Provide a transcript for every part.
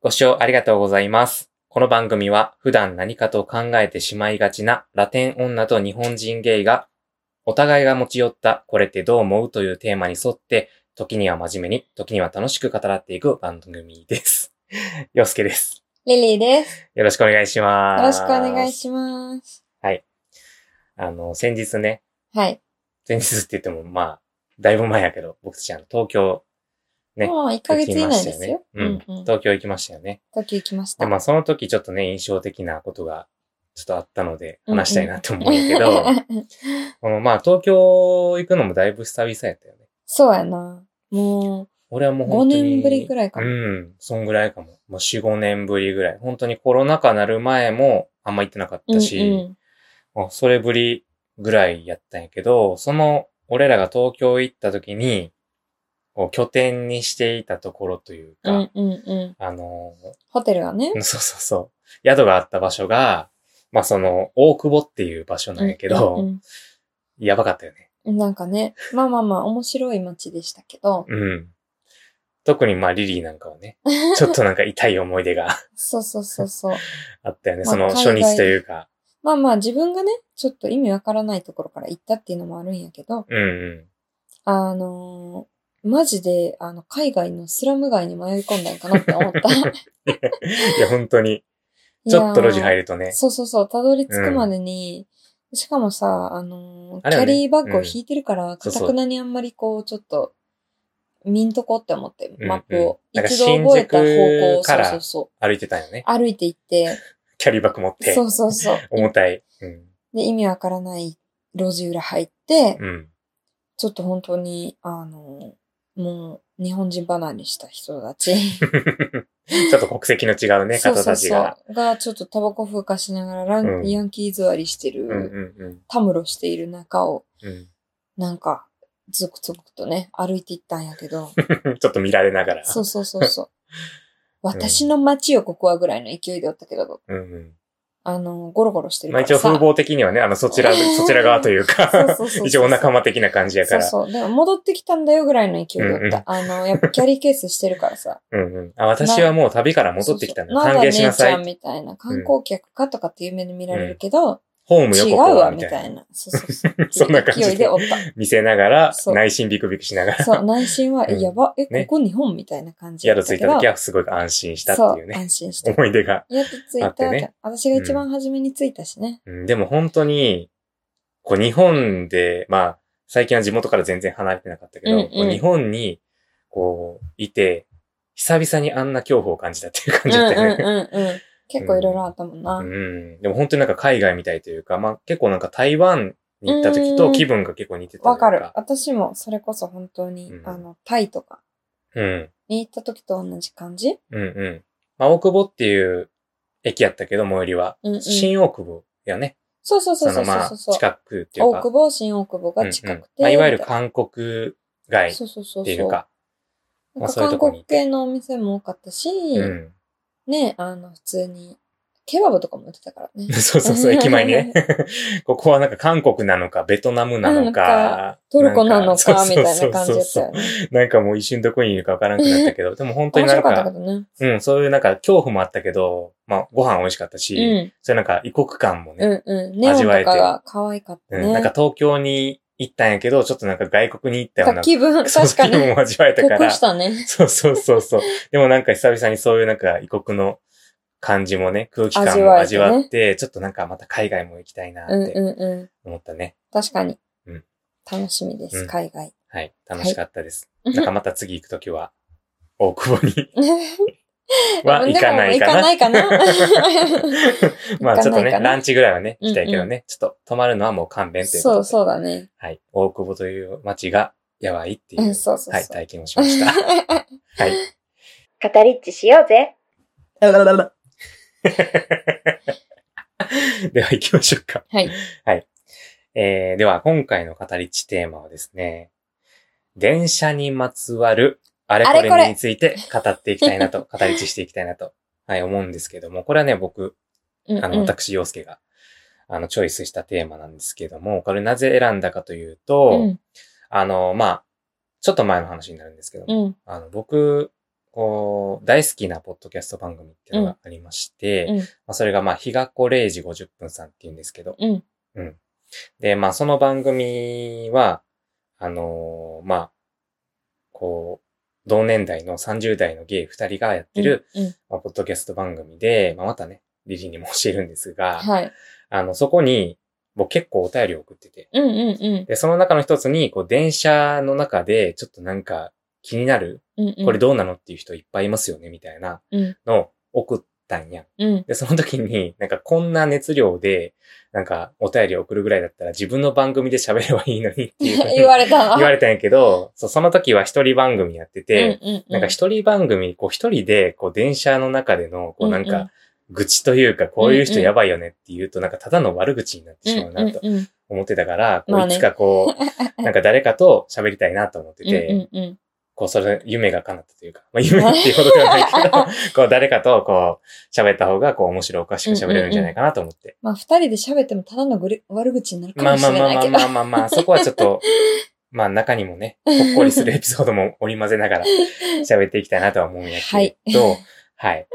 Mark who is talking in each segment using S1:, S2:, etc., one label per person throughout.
S1: ご視聴ありがとうございます。この番組は普段何かと考えてしまいがちなラテン女と日本人ゲイがお互いが持ち寄ったこれってどう思うというテーマに沿って時には真面目に、時には楽しく語らっていく番組です。 洋介です。
S2: リリーです。
S1: よろしくお願いしま
S2: よ
S1: す。
S2: ろしくお願いします。
S1: あの、先日ね、
S2: はい。
S1: 前日って言っても、まあ、だいぶ前やけど、僕たちあの、東京、ね
S2: もう1ヶ
S1: 行
S2: 月
S1: き
S2: 以
S1: ま
S2: 内
S1: した
S2: で
S1: よ
S2: す
S1: ね
S2: よ。。
S1: うん。
S2: うん。
S1: 東京行きましたよね。
S2: 東京行きました。
S1: で、まあ、その時ちょっとね、印象的なことが、ちょっとあったので、
S2: うんうん
S1: 話したいなって思うんやけど、このまあ、東京行くのもだいぶ久々やったよね。
S2: そうやな。も
S1: 俺は
S2: う、
S1: もう
S2: 5
S1: 本当に。
S2: 年ぶりくらいか
S1: う
S2: な。
S1: ん、そんぐらいかも。もう4、5年ぶりぐらい。本当にコロナ禍なる前も、あんま行ってなかっ
S2: うん
S1: たし、もうそれぶりぐらいやったんやけど、その、俺らが東京行った時に、こう拠点にしていたところという
S2: う
S1: か、
S2: ん。うんうんうん。
S1: あの
S2: ホテルがね
S1: ー、。 そうそうそう、宿があった場所が、まあその、大久保っていう場所なんやけど、
S2: うん
S1: やばかったよね。
S2: うんなんかね、まあまあまあ、面白い街でしたけど。
S1: うん。特にまあリリーなんかは ね、ちょっとなんか痛い思い出が
S2: そうそうそうそう。
S1: あったよね。
S2: まあ
S1: その初日というか。
S2: まあまあ、自分がね、ちょっと意味わからないところから行ったっていうのもあるんやけど、
S1: うんう
S2: あのー、マジで、あの、海外のスラム街に迷い込んだんかなって思 った。
S1: ん。いや、本当に。ちょっと路地入るとね。
S2: そうそうそう、たどり着くまでに、しかもさ、あのー
S1: あれ
S2: キ
S1: はね
S2: ャリーバッグ
S1: う
S2: を
S1: ん
S2: 引いてるから、
S1: そ
S2: か
S1: うそう
S2: たくなにあんまりこう、ちょっと、見んとこって思って、
S1: うん
S2: マップを。
S1: なんか
S2: 一度覚えた方向
S1: 新宿
S2: を、
S1: か
S2: そう
S1: ら
S2: そうそ
S1: 歩いてたよね
S2: う。。歩いて いって、
S1: キャリーバッグ持って。
S2: そうそうそう。
S1: 重たい。うん。
S2: で、意味わからない路地裏入って、
S1: うん。
S2: ちょっと本当に、あのーもう、日本人離れした人たち。
S1: ちょっと国籍の違うね、
S2: そう
S1: 方
S2: そう
S1: たち
S2: そ
S1: が。
S2: う。が、ちょっとタバコ風化しながらラン、
S1: うん
S2: ヤンキー座りしてる、
S1: うんうん
S2: たむろしている中を、
S1: うん
S2: なんか、ゾクゾクとね、歩いていったんやけ ど、
S1: うん。ちょっと見られながら。
S2: そうそうそうそう。私の街よ、ここはぐらいの勢いでおったけど、
S1: うん
S2: あの、ゴロゴロして
S1: うん。
S2: る
S1: まあ
S2: から
S1: 一応
S2: さ。
S1: 風貌的にはね、あの、そちら、そちら側という
S2: そうそ
S1: か
S2: うそうそ、う
S1: 一応お仲間的な感じやか
S2: そう
S1: ら。
S2: そう。でも戻ってきたんだよぐらいの勢いでおった。
S1: うんうん
S2: あの、やっぱキャリーケースしてるからさ。
S1: うんうん。あ、私はもう旅から 戻ってきたんだ。
S2: そうそう
S1: 歓迎しなさ
S2: なんだ
S1: い。
S2: 姉ちゃんみたいな観光客かとかっていう目で見られるけど、
S1: ホームよ、
S2: 違
S1: こ
S2: う
S1: こは。
S2: わ、
S1: み
S2: み
S1: た
S2: た
S1: い
S2: い
S1: な。
S2: な。そうそうそう。
S1: そんな感
S2: 勢
S1: じ
S2: いで
S1: で
S2: おっ
S1: 見せながら、
S2: そう
S1: 内心ビクビクしなが
S2: た。
S1: ら、
S2: そう、内心は、
S1: うん
S2: やば、え、
S1: ね
S2: ここ日本みたいな感じや
S1: 宿
S2: った
S1: 着い
S2: け
S1: た
S2: ど。
S1: 時はすごい安心したっていう
S2: そう、
S1: ね、
S2: 安心した。
S1: 思い出が。
S2: やっと着い
S1: あって
S2: た、
S1: ね
S2: 私が一番初めに着いたし ね。
S1: うんでも本当に、こう日本で、まあ、最近は地元から全然離れてなかったけど、
S2: うんう
S1: こ
S2: ん
S1: う日本に、こう、いて、久々にあんな恐怖を感じたっていう
S2: う
S1: 感
S2: ん
S1: じ
S2: うん
S1: だったよね。
S2: うんうん。結構いろいろあったもんな。
S1: う、
S2: うんん
S1: でも本当になんか海外みたいというか、まあ結構なんか台湾に行った時と
S2: うん
S1: 気分が結構似てたとい
S2: わ
S1: う
S2: かる。私もそれこそ本当に、
S1: うん
S2: あの、タイとか
S1: うん。
S2: に行った時と同じ感じ。
S1: うんうん。まあ大久保っていう駅やったけど、最寄りは。
S2: うんうん
S1: 新大久保やね。
S2: そうそうそうそう
S1: のま
S2: そ
S1: あ
S2: うそう。
S1: 近くっていう
S2: 大
S1: か。
S2: 久保、新大久保が
S1: う
S2: 近くて。
S1: んうんまあ、いわゆる
S2: みた
S1: 韓国
S2: い
S1: 街
S2: な
S1: っ
S2: そうそうそう
S1: てい
S2: そうう。
S1: か。ま
S2: な
S1: あ
S2: んか
S1: そういうとこ
S2: 韓
S1: に
S2: 国系のお店も多かったし、
S1: うん。。
S2: ね、あの、普通に、ケバブとかも売ってたからね
S1: そうそうそう、駅前にね。 ここはなんか韓国なのか、ベトナムなのか、
S2: トルコなの
S1: ん
S2: か、み
S1: そう
S2: た
S1: そう
S2: いな
S1: そう
S2: 感じだったよね。
S1: なんかもう一瞬どこにいるかわからんくなったけど、でも本当に
S2: 面
S1: なん
S2: 白
S1: か、
S2: かったけどね。
S1: うん、そういうなんか恐怖もあったけど、まあご飯美味しかったし、
S2: うん。
S1: そういうなんか異国感もね、
S2: うんうん。ネオンとかが可愛かった
S1: うん
S2: ね。
S1: なんか東京に行ったんやけど、ちょっとなんか外国に行ったような、
S2: 気分、
S1: そう
S2: 確かに。
S1: 気分も味わえたから、
S2: 得したね。
S1: そうそうそうそう。でもなんか久々にそういうなんか異国の感じもね、空気感
S2: 味
S1: も
S2: わえ
S1: 味
S2: てね
S1: わって、ちょっとなんかまた海外も行きたいなっ
S2: うん
S1: て
S2: うんうん。
S1: 思ったね。
S2: 確かに
S1: うん。
S2: 楽しみで
S1: うん
S2: す、海外。
S1: はい。楽しかったです。
S2: はい
S1: なんかまた次行くときは、大久保に は
S2: でも
S1: 行かないかな。
S2: 行かないかな
S1: まあちょっと
S2: 行
S1: ね、
S2: かないかな
S1: ランチぐらいはね、
S2: うん
S1: 行
S2: うん
S1: きたいけどね、ちょっと泊まるのはもう勘弁ということ で
S2: そうそうだね。
S1: はい。大久保という街がやばいっていう
S2: う、ん、そうそう
S1: はい、
S2: そう。
S1: 体験をしました。はい。
S2: 語りっちしようぜ。
S1: では行きましょうか。
S2: はい。
S1: えー、では今回の語り地テーマはですね、電車にまつわるあれこ
S2: あれこ
S1: れ
S2: れ
S1: について語っていきたいな と、語り地していきたいなと、はい、思うんですけども、これはね、僕、
S2: うんうん
S1: あの、私、洋介が、あの、チョイスしたテーマなんですけども、これなぜ選んだかというと、
S2: うん
S1: あの、まあ、ちょっと前の話になるんですけども、
S2: うん。
S1: あの、僕、こう、大好きなポッドキャスト番組っていうのがありまして、
S2: うん
S1: まあ、それがまあ、日がこ0時50分さんっていうんですけど、
S2: うん。
S1: で、まあ、その番組は、あのーまあ、こう、同年代の30代のゲイ2人がやってる、
S2: うん。うん。
S1: まあ、ポッドキャスト番組で、まあ、またね、リリーにも教えるんですが、
S2: はい。
S1: あの、そこに、僕結構お便りを送ってて、
S2: うんうんうん。
S1: で、その中の一つに、こう、電車の中で、ちょっとなんか、気になる
S2: うんうん、
S1: これどうなのっていう人いっぱいいますよねみたいな
S2: うん
S1: のを送ったんや。
S2: うん。
S1: で、その時に、なんかこんな熱量で、なんかお便り送るぐらいだったら自分の番組で喋ればいいのにっていうふうに
S2: 言われたな。
S1: 言わ
S2: れ
S1: れたんやけど、そうその時は一人番組やってて、
S2: うんうんう
S1: なんか一人番組、こう一人で、こう電車の中での、こうなん
S2: うんうん
S1: か、愚痴というか、こういう人やばいよねっていうと、なんかただの悪口になってしまうなと
S2: うんうんうん
S1: 思ってたから、こ
S2: まあ
S1: うい
S2: ね
S1: つかこう、なんか誰かと喋りたいなと思ってて、
S2: うんうんうん
S1: こう、それ、夢が叶ったというか、まあ、夢っていうほどではないけど、こう、誰かと、こう、喋った方が、こう、面白おかしく喋れるんじゃないかなと思 って。
S2: まあ、二人で喋ってもただのぐる悪口になるか
S1: ま
S2: も
S1: あ
S2: し
S1: まあ
S2: れ
S1: まあ
S2: ない
S1: まあ
S2: けど。
S1: まあまあまあ、そこはちょっ と、まあ、中にもね、ほっこりするエピソードも織り交ぜながら喋っていきたいなとは思うんやけど、 はい。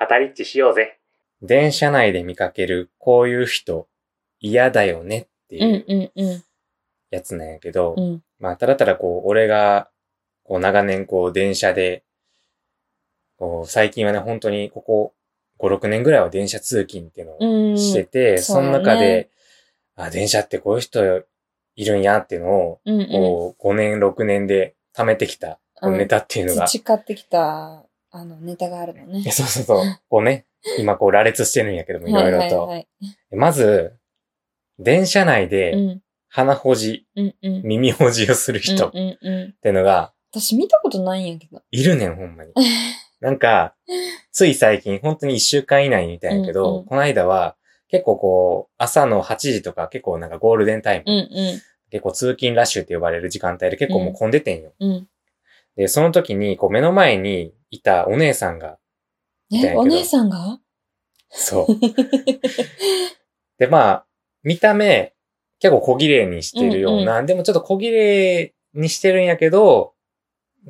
S1: 当たりっちし ようぜ。電車内で見かける、こういう人、嫌だよねって
S2: う
S1: い
S2: ん
S1: う
S2: うんうん
S1: やつなんやけど、
S2: うん。
S1: まあ、ただただこう、俺が、こう、長年こう、電車で、こう、最近はね、本当にここ、5、6年ぐらいは電車通勤っていうのを
S2: うん。
S1: してて、
S2: ん
S1: その
S2: そうだ
S1: 中
S2: ね
S1: で、あ、電車ってこういう人いるんやっていうのを、
S2: うんうん。
S1: こう、5年、6年で貯めてきた、こう
S2: うん
S1: ネタっていうのが、
S2: 培ってきた、あの、ネタがあるの ね
S1: え。そうそうそう、こうね、今こう羅列してるんやけども、いろいろと。
S2: はいはい
S1: まず、電車内
S2: はい。う
S1: で、
S2: ん。
S1: 鼻ほじ、
S2: うんうん。
S1: 耳ほじをする人っ
S2: うんうんうん。
S1: ていうのが、
S2: 私見たことないんやけど。
S1: いるねん、ほんまに。なんか、つい最近、本当に一週間以内みたいやけど、
S2: うんうん
S1: この間は、結構こう、朝の8時とか結構なんかゴールデンタイム、
S2: うんう
S1: 結構通勤ラッシュって呼ばれる時間帯で結構もう混んでてんよ。
S2: ん。うん。
S1: で、その時に、こう目の前にいたお姉さんが、みたいや
S2: え、
S1: けど
S2: お姉さんが
S1: そう。で、まあ、見た目、結構小綺麗にしてるような、でもちょっと小綺麗にしてるんやけど、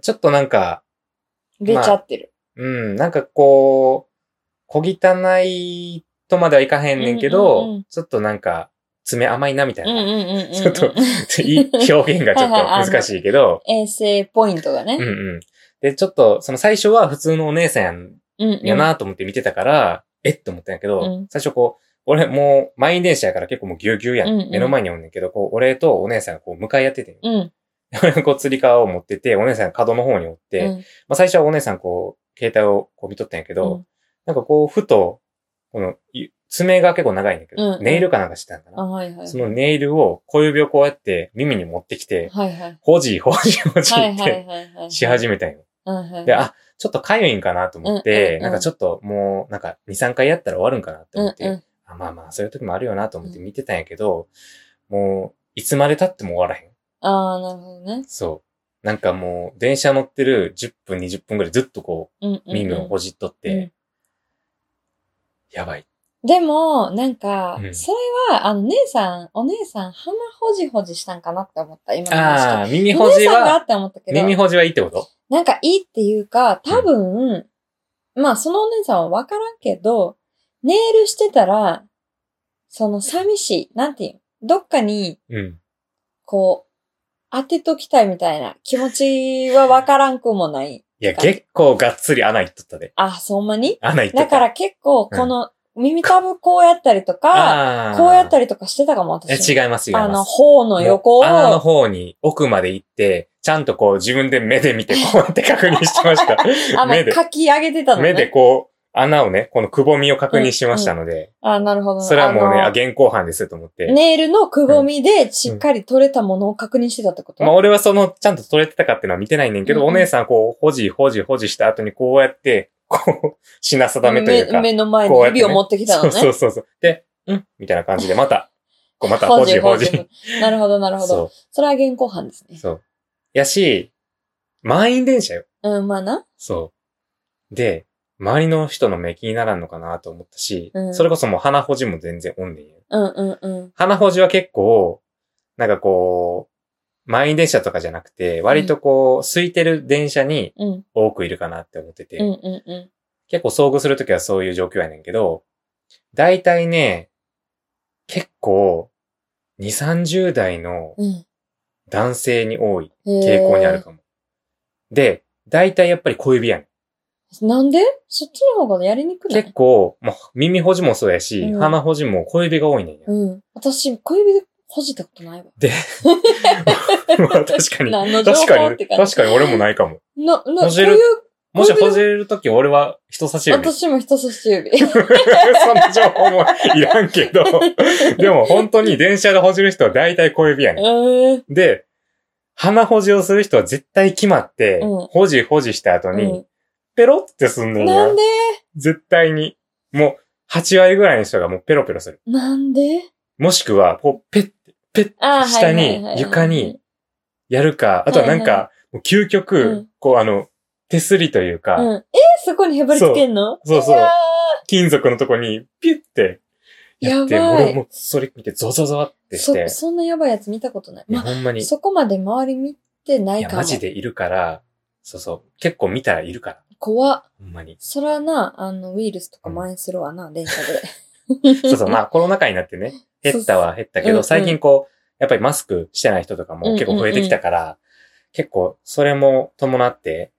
S1: ちょっとなんか、
S2: 出ちゃってる。
S1: うん、なんかこう、小汚いとまではいかへんねんけど、
S2: うんうんうん
S1: ちょっとなんか、爪甘いなみたい
S2: うんうん
S1: な、
S2: うんうん。
S1: ちょっといい表現がちょっと難しいけ ど、
S2: 衛生ポイントが
S1: うん
S2: ね。
S1: うん。で、ちょっと、その最初は普通のお姉さんやん
S2: うんうん。
S1: やなと思って見てたから、えっと思ったんやけど、
S2: うん
S1: 最初こう、俺もう満員電車やから結構もうギュうギュうやん。
S2: うんうん
S1: 目の前におんねんけど、こう、俺とお姉さんがこう向かい合ってて、
S2: うん。
S1: 俺がこう釣り革を持ってて、お姉さんが角の方におって、
S2: うん。
S1: まあ最初はお姉さんこう、携帯をこう見とったんやけど、
S2: うん
S1: なんかこう、ふと、この、い爪が結構長いんだけ
S2: うん
S1: ど、
S2: うん
S1: ネイルかなんかしてたんか
S2: あ、
S1: な。
S2: はいはい。
S1: そのネイルを小指をこうやって耳に持ってきて、
S2: はいはい。
S1: ほじほじほじ
S2: はい
S1: っ
S2: はい
S1: て
S2: はいはい。
S1: し始めたんよ。
S2: はいはい。
S1: で、あ、ちょっとかゆいんかなと思っ
S2: うんうん
S1: て、
S2: うん
S1: なんかちょっともう、なんか2、3回やったら終わるんかなって
S2: うん
S1: 思っ
S2: うん、
S1: て、あまあまあ、そういう時もあるよなと思って見てたんやけど、もう、いつまで経っても終わらへん。
S2: ああ、なるほどね。
S1: そう。なんかもう、電車乗ってる10分、20分ぐらいずっとこう、
S2: うんうんうん。
S1: 耳をほじっとって、
S2: うん
S1: やばい。
S2: でも、なんか
S1: う、ん
S2: それは、あの、姉さん、お姉さん、鼻ほじほじしたんかなって思った、今の話聞いて。
S1: ああ、耳
S2: お
S1: ほ
S2: 姉
S1: じ
S2: さんが
S1: は、
S2: って思ったけど、
S1: 耳ほじはいいってこと
S2: なんかいいっていうか、多分、まあ、そのお姉さんはわからんけど、ネイルしてたら、その、寂しい、なんていうのどっかに、
S1: うん。
S2: こう、当てときたいみたいな気持ちはわからんくもない。
S1: いや、
S2: 感じ
S1: 結構がっつり穴いっとったで。
S2: あ、そんなに
S1: 穴いっとった。
S2: だから結構、この、耳たぶこうやったりとか、
S1: あー、
S2: こうやったりとかしてたかも、
S1: え
S2: 私。
S1: 違います、違います。
S2: あの、頬の横を
S1: もう、穴の方に奥まで行って、ちゃんとこう自分で目で見て、こうやって確認してまし
S2: あ
S1: た。
S2: の、
S1: 目で、
S2: 書き上げてたのね。
S1: 目でこう、穴をね、このくぼみを確認してましたので、
S2: あ、なるほど。
S1: それはもうね、あ
S2: あの
S1: 現行犯ですと思って。
S2: ネイルのくぼみでしっかり取れたものを確認してたってこと、
S1: まあ俺はその、ちゃんと取れてたかっていうのは見てないねんけど、
S2: うんうん
S1: お姉さんこう、ほじほじほじした後にこうやって、こう、品定めというか。
S2: 目目の前に
S1: こうやって
S2: 指
S1: ね
S2: を持ってきたのね。
S1: そうそうそうそう。で、うんみたいな感じで、また、こうまたほじほじ。
S2: なるほど、なるほど。そ
S1: そ
S2: れは現行犯です
S1: う、
S2: ね。
S1: そう。やし、満員電車よ。
S2: うん、まあな。
S1: そう。で、周りの人の目気にならんのかなと思ったし、
S2: うん
S1: それこそもう鼻ほじも全然おんねんよ。
S2: うんうんうん。
S1: 鼻ほじは結構、なんかこう、満員電車とかじゃなくて、割とこう、空いてる電車に
S2: うん。
S1: 多くいるかなって思ってて、
S2: うんうんう
S1: 結構遭遇するときはそういう状況やねんけど、大体ね、結構、2、30代の
S2: ん。うん。
S1: 男性に多い
S2: 傾
S1: 傾向にあるかも。で、大体やっぱり小指やねん。
S2: なんでそっちの方がやりにくない
S1: 結構、もう耳保持もそうやし、
S2: うん
S1: 鼻保持も小指が多いねんや。
S2: うん。私、小指でほじったことないわ。
S1: で、まあ 確かに。
S2: 何の情
S1: 確か
S2: 報っ
S1: に、
S2: て感
S1: 確
S2: じ。
S1: かに俺もないかも。
S2: の、の、
S1: ほ
S2: こう
S1: じ
S2: い
S1: る
S2: う、
S1: もしほじれるとき俺は人差し指。
S2: 私も人差し指。
S1: そんな情報もいらんけど。でも本当に電車でほじる人は大体小指やねん。
S2: うん。
S1: で、鼻保持をする人は絶対決まって、
S2: うん
S1: 保持保持した後に、ペロってすん
S2: う
S1: ね
S2: ん
S1: ん
S2: な
S1: や
S2: ん。で
S1: 絶対に。もう、8割ぐらいの人がもうペロペロする。
S2: なんで
S1: もしくは、こう、ペッ、ペッ、
S2: あー
S1: 下に
S2: はいはいはいはい
S1: 床にやるか、あとはなん
S2: はい
S1: か、もう究極、
S2: うん
S1: こうあの、手すりというか、
S2: うん。えそこにへばりつけんの
S1: そうそうそう
S2: いや
S1: 金属のとこに、ピュって、やって、
S2: やばい
S1: 俺もうそれ見て、ゾゾゾワって
S2: ー
S1: して
S2: そ、、そんなやばいやつ見たことない。
S1: いや
S2: ま
S1: ほんま
S2: あ、
S1: に、い
S2: そこまで周り見てない
S1: や、
S2: かも。
S1: マジでいるから、そうそう、結構見たらいるから、
S2: 怖っ
S1: ほんまに。
S2: そらな、あの、ウイルスとか蔓延するわな、電車で。
S1: そうそう、 まあコロナ禍になってね、減ったは減ったけ
S2: うんう
S1: ど、
S2: ん
S1: 最近こう、やっぱりマスクしてない人とかも結構増えてきたから、結構それも伴って、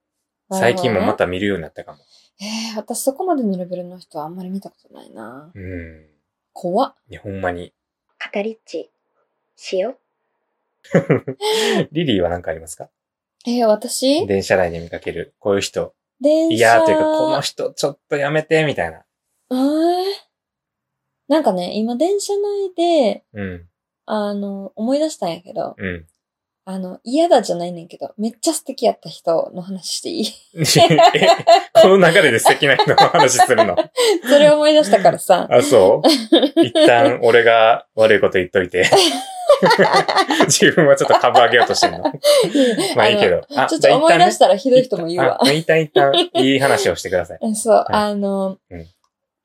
S1: 最近もまた見るようになったかも。
S2: えー、私そこまでのレベルの人はあんまり見たことないな。
S1: うん。
S2: 怖っ。
S1: いや、ほんま に。
S2: カタリッチ、しよ
S1: リリーは何かありますか
S2: えー、私
S1: 電車内で見かける、こういう人。
S2: 電車。
S1: いやーというか、この人ちょっとやめて、みたいな。
S2: あーなんかね、今電車内で、
S1: うん、
S2: あの、思い出したんやけど、
S1: うん。
S2: あの、嫌だじゃないねんけど、めっちゃ素敵やった人の話していい
S1: えこの流れで素敵な人の話するの。
S2: それ思い出したからさ。
S1: あ、そう一旦俺が悪いこと言っとい て。自分はちょっと株上げようとしてるの。まあいいけど。あ
S2: あのちょっと思い出したらひ
S1: ひ
S2: どい人も言うわ。
S1: 一旦一旦いい話をしてください。
S2: えそう、
S1: い
S2: あの、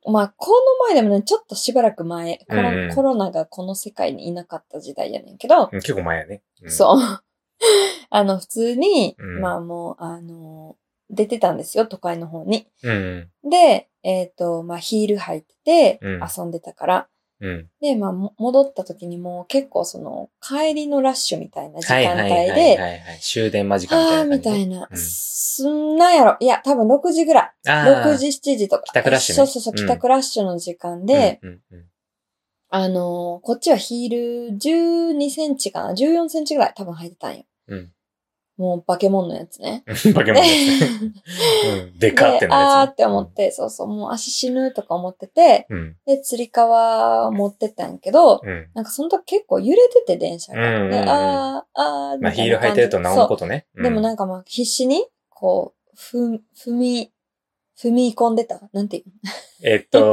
S2: まあ、この前でもね、ちょっとしばらく前、コロ,、
S1: うんうん
S2: コロナがこの世界にいなかった時代やねんけど、
S1: うん結構前やね。うん
S2: そう。 あの、普通に、
S1: うん
S2: まあもう、あの、出てたんですよ、都会の方に。
S1: うん。
S2: で、えっ、と、まあ、ヒール履いてて、
S1: うん
S2: 遊んでたから。
S1: うん。
S2: で、まあ、も戻った時にもう結構その、帰りのラッシュみたいな時
S1: はいは
S2: 間
S1: いはい
S2: 帯
S1: はい
S2: で、
S1: はい。終電間近み
S2: ああ、み
S1: た
S2: た
S1: い
S2: いな。
S1: うん
S2: すんなんやろ。いや、多分6時ぐらい。
S1: な感じね。あー
S2: 6時、7時とか。
S1: 帰宅ラッシュね
S2: そうそうそう、
S1: うん
S2: 帰宅ラッシュの時間で、、
S1: うんうん
S2: あのーこっちはヒール12センチかな ?14 センチぐらい多分履いてたんよ。
S1: うん
S2: もう化け物のやつね。
S1: うん化け物ですね。 うんでかって
S2: で、あー
S1: なやつね。
S2: って思って、そうそう、もう足死ぬとか思ってて、
S1: うん。
S2: で、釣り革持ってったんやけど、
S1: うん。
S2: なんかその時結構揺れてて電車が。
S1: うんうんうん
S2: で、あー、あー、
S1: まあ
S2: み
S1: ヒ
S2: た
S1: ー
S2: な
S1: ル履
S2: 感
S1: い
S2: じ
S1: てるとなおのことね。
S2: そうでも
S1: ん
S2: なんかまあ必死に、こう、ふ、踏み、踏み込んでた。なんていうの
S1: えっ と、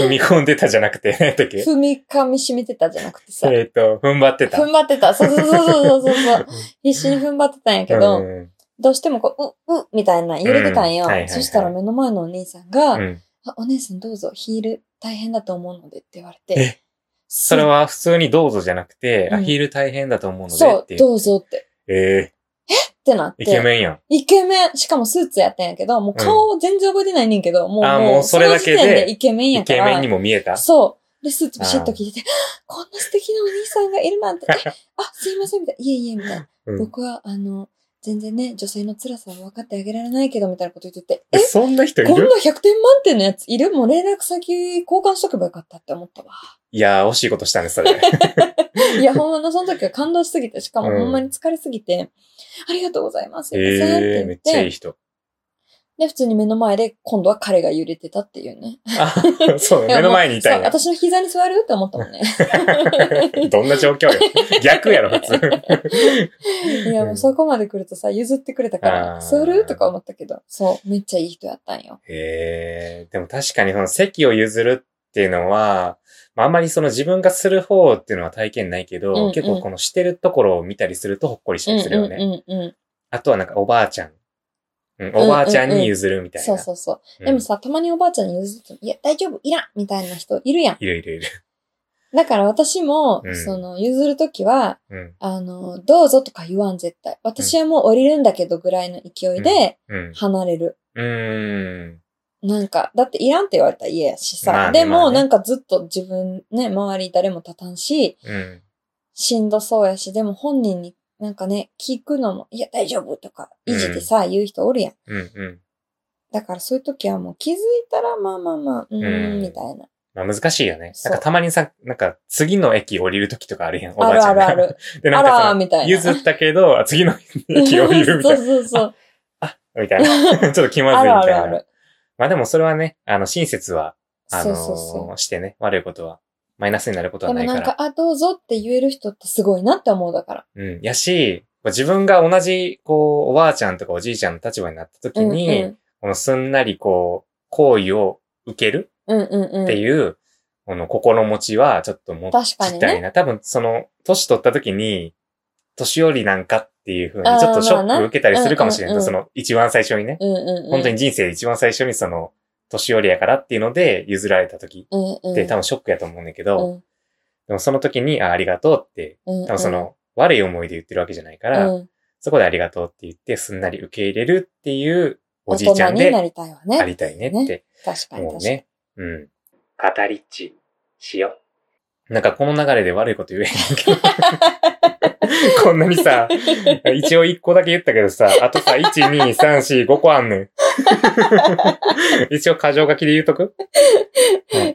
S1: 踏み込んでたじゃなくて、何やったっけ
S2: 踏み噛み締めてたじゃなくてさ。
S1: えっと、踏ん張ってた。。
S2: 踏ん張ってた。そうそうそうそうそうそう 必死に踏ん張ってたんやけ
S1: う
S2: ど、
S1: ん
S2: どうしてもこう、う、う、みたいな揺れてたんよ
S1: うんはいはいは。い
S2: そしたら目の前のお兄さん
S1: う
S2: が、
S1: ん。
S2: あお姉さんどうぞヒール大変だと思うのでって言われて
S1: え。それは普通にどうぞじゃなくて、アヒール大変だと思うので
S2: そ
S1: っ
S2: う
S1: てい、う。
S2: どう。ぞって。
S1: え
S2: ってなっ
S1: え
S2: て。
S1: イケメンやん。
S2: イケメン。しかもスーツやったんやけど、もう顔全然覚えてないねんけど、もう、
S1: あもうそれだけで
S2: その時点イケメン
S1: イ
S2: やか
S1: ケ
S2: ら。
S1: メンにも見えた
S2: そう。で、スーツピシッと着てて、こんな素敵なお兄さんがいるな んて、えあ、すいません、みたいな。いえいえ、みたいな。
S1: うん
S2: 僕は、あの、全然ね、女性の辛さは分かってあげられないけど、みたいなこと言ってて、
S1: え、
S2: え、
S1: そんな人い
S2: こんな
S1: る
S2: 100点満点のやついるもう連絡先交換しとけばよかったって思ったわ。
S1: いやー、惜しいことしたね、そ れ。
S2: いや、ほんまのその時は感動しすぎて、しかも
S1: うん
S2: ほんまに疲れすぎて、ありがとうございます、すいませんって
S1: ええ
S2: 言
S1: め
S2: っ
S1: っちゃいい
S2: て、
S1: 人。
S2: で、普通に目の前で、今度は彼が揺れてたっていうね。
S1: あ、 そう、目の前にいた
S2: そ
S1: ん
S2: う
S1: や。
S2: 私の膝に座るって思ったもんね。
S1: どんな状況 よ。逆やろ、普通。
S2: いや、もうそこまで来るとさ、譲ってくれたか
S1: あ
S2: ら、
S1: ー
S2: 座るとか思ったけど、そう、めっちゃいい人やったんよ。
S1: ええでも確かにその席を譲るっていうのは、まああんまりその自分がする方っていうのは体験ないけど、
S2: うんうん
S1: 結構このしてるところを見たりするとほっこりし
S2: う
S1: た
S2: ん
S1: り
S2: う
S1: す
S2: ん
S1: るよね。
S2: うんうん。
S1: あとはなんかおばあちゃん。うん、おばあちゃんに譲るみたいな。
S2: そうそうそう。
S1: うん
S2: でもさ、たまにおばあちゃんに譲っても、いや、大丈夫、いらんみたいな人いるやん。
S1: いるいるいる。
S2: だから私も、
S1: うん
S2: その、譲るときは、
S1: うん。
S2: あの、どうぞとか言わん絶対。私はもう降りるんだけどぐらいの勢いで
S1: うん。
S2: 離れる。
S1: うーん。
S2: なんか、だっていらんって言われたら嫌やしさ。
S1: まあね
S2: でも、
S1: まあね
S2: なんかずっと自分ね、周り誰も立たんし、
S1: うん。
S2: しんどそうやし、でも本人になんかね、聞くのも、いや大丈夫とか、いじってさ、言う人おるやん。
S1: うん。うん。
S2: だからそういう時はもう気づいたら、まあまあまあ、うー、
S1: うんん
S2: みたいな。
S1: まあ難しいよね。
S2: そ
S1: な
S2: うん
S1: かたまにさ、なんか次の駅降りるときとかあるやん。おば
S2: あ
S1: あ
S2: る
S1: ちゃ
S2: あ
S1: んが
S2: るあ。る。
S1: で、 な
S2: あ
S1: んか
S2: ら
S1: そ
S2: ー
S1: の、
S2: みたいな。
S1: 譲ったけど、あ次の駅降りるみたいな。
S2: そうそうそう。
S1: あ、みたい な。ちょっと気ま
S2: あ
S1: ずいみ
S2: るあ
S1: たい
S2: る
S1: な。
S2: ある。
S1: まあでもそれはね、あの、親切は、あ
S2: そ
S1: の
S2: うそうそ
S1: してね、悪いことは、マイナスになること
S2: う。
S1: は
S2: で
S1: な
S2: も
S1: いか
S2: なん
S1: ら。
S2: か、あ、どうぞって言える人ってすごいなって思うだから。
S1: うん。やし、こう自分が同じ、こう、おばあちゃんとかおじいちゃんの立場になった時に、
S2: うんうん
S1: このすんなり、こう、行為を受ける
S2: うんうんうん。
S1: っていう、この心持ちは、ちょっと持ち
S2: 確かにね
S1: たいな。多分、その、年取った時に、年寄りなんかっていう風
S2: あー
S1: に、ちょっとショ
S2: まあ
S1: ッ
S2: な
S1: ク受けたりするかもしれない。
S2: うんうんうん
S1: その、一番最初にね。
S2: うんうんうん。
S1: 本当に人生で一番最初に、その、年寄りやからっていうので、譲られた時。
S2: うんうん。
S1: って多分ショックやと思うんだけど、
S2: うん
S1: でもその時にあありがとうって、
S2: うんうん
S1: 多分その悪い思いで言ってるわけじゃないから、
S2: うん
S1: そこでありがとうって言ってすんなり受け入れるっていうお
S2: 大
S1: じいちゃん
S2: 人に
S1: で
S2: なりたいわ
S1: あ
S2: ね。
S1: りたいね
S2: ね
S1: って
S2: 確かに
S1: 思う
S2: 確かに。
S1: ね。うん。語りっちしよう。なんかこの流れで悪いこと言えへんけど。 こんなにさ、一応一個だけ言ったけどさ、あとさ、1、2、3、4、5個あんねん。一応過剰書きで言うとく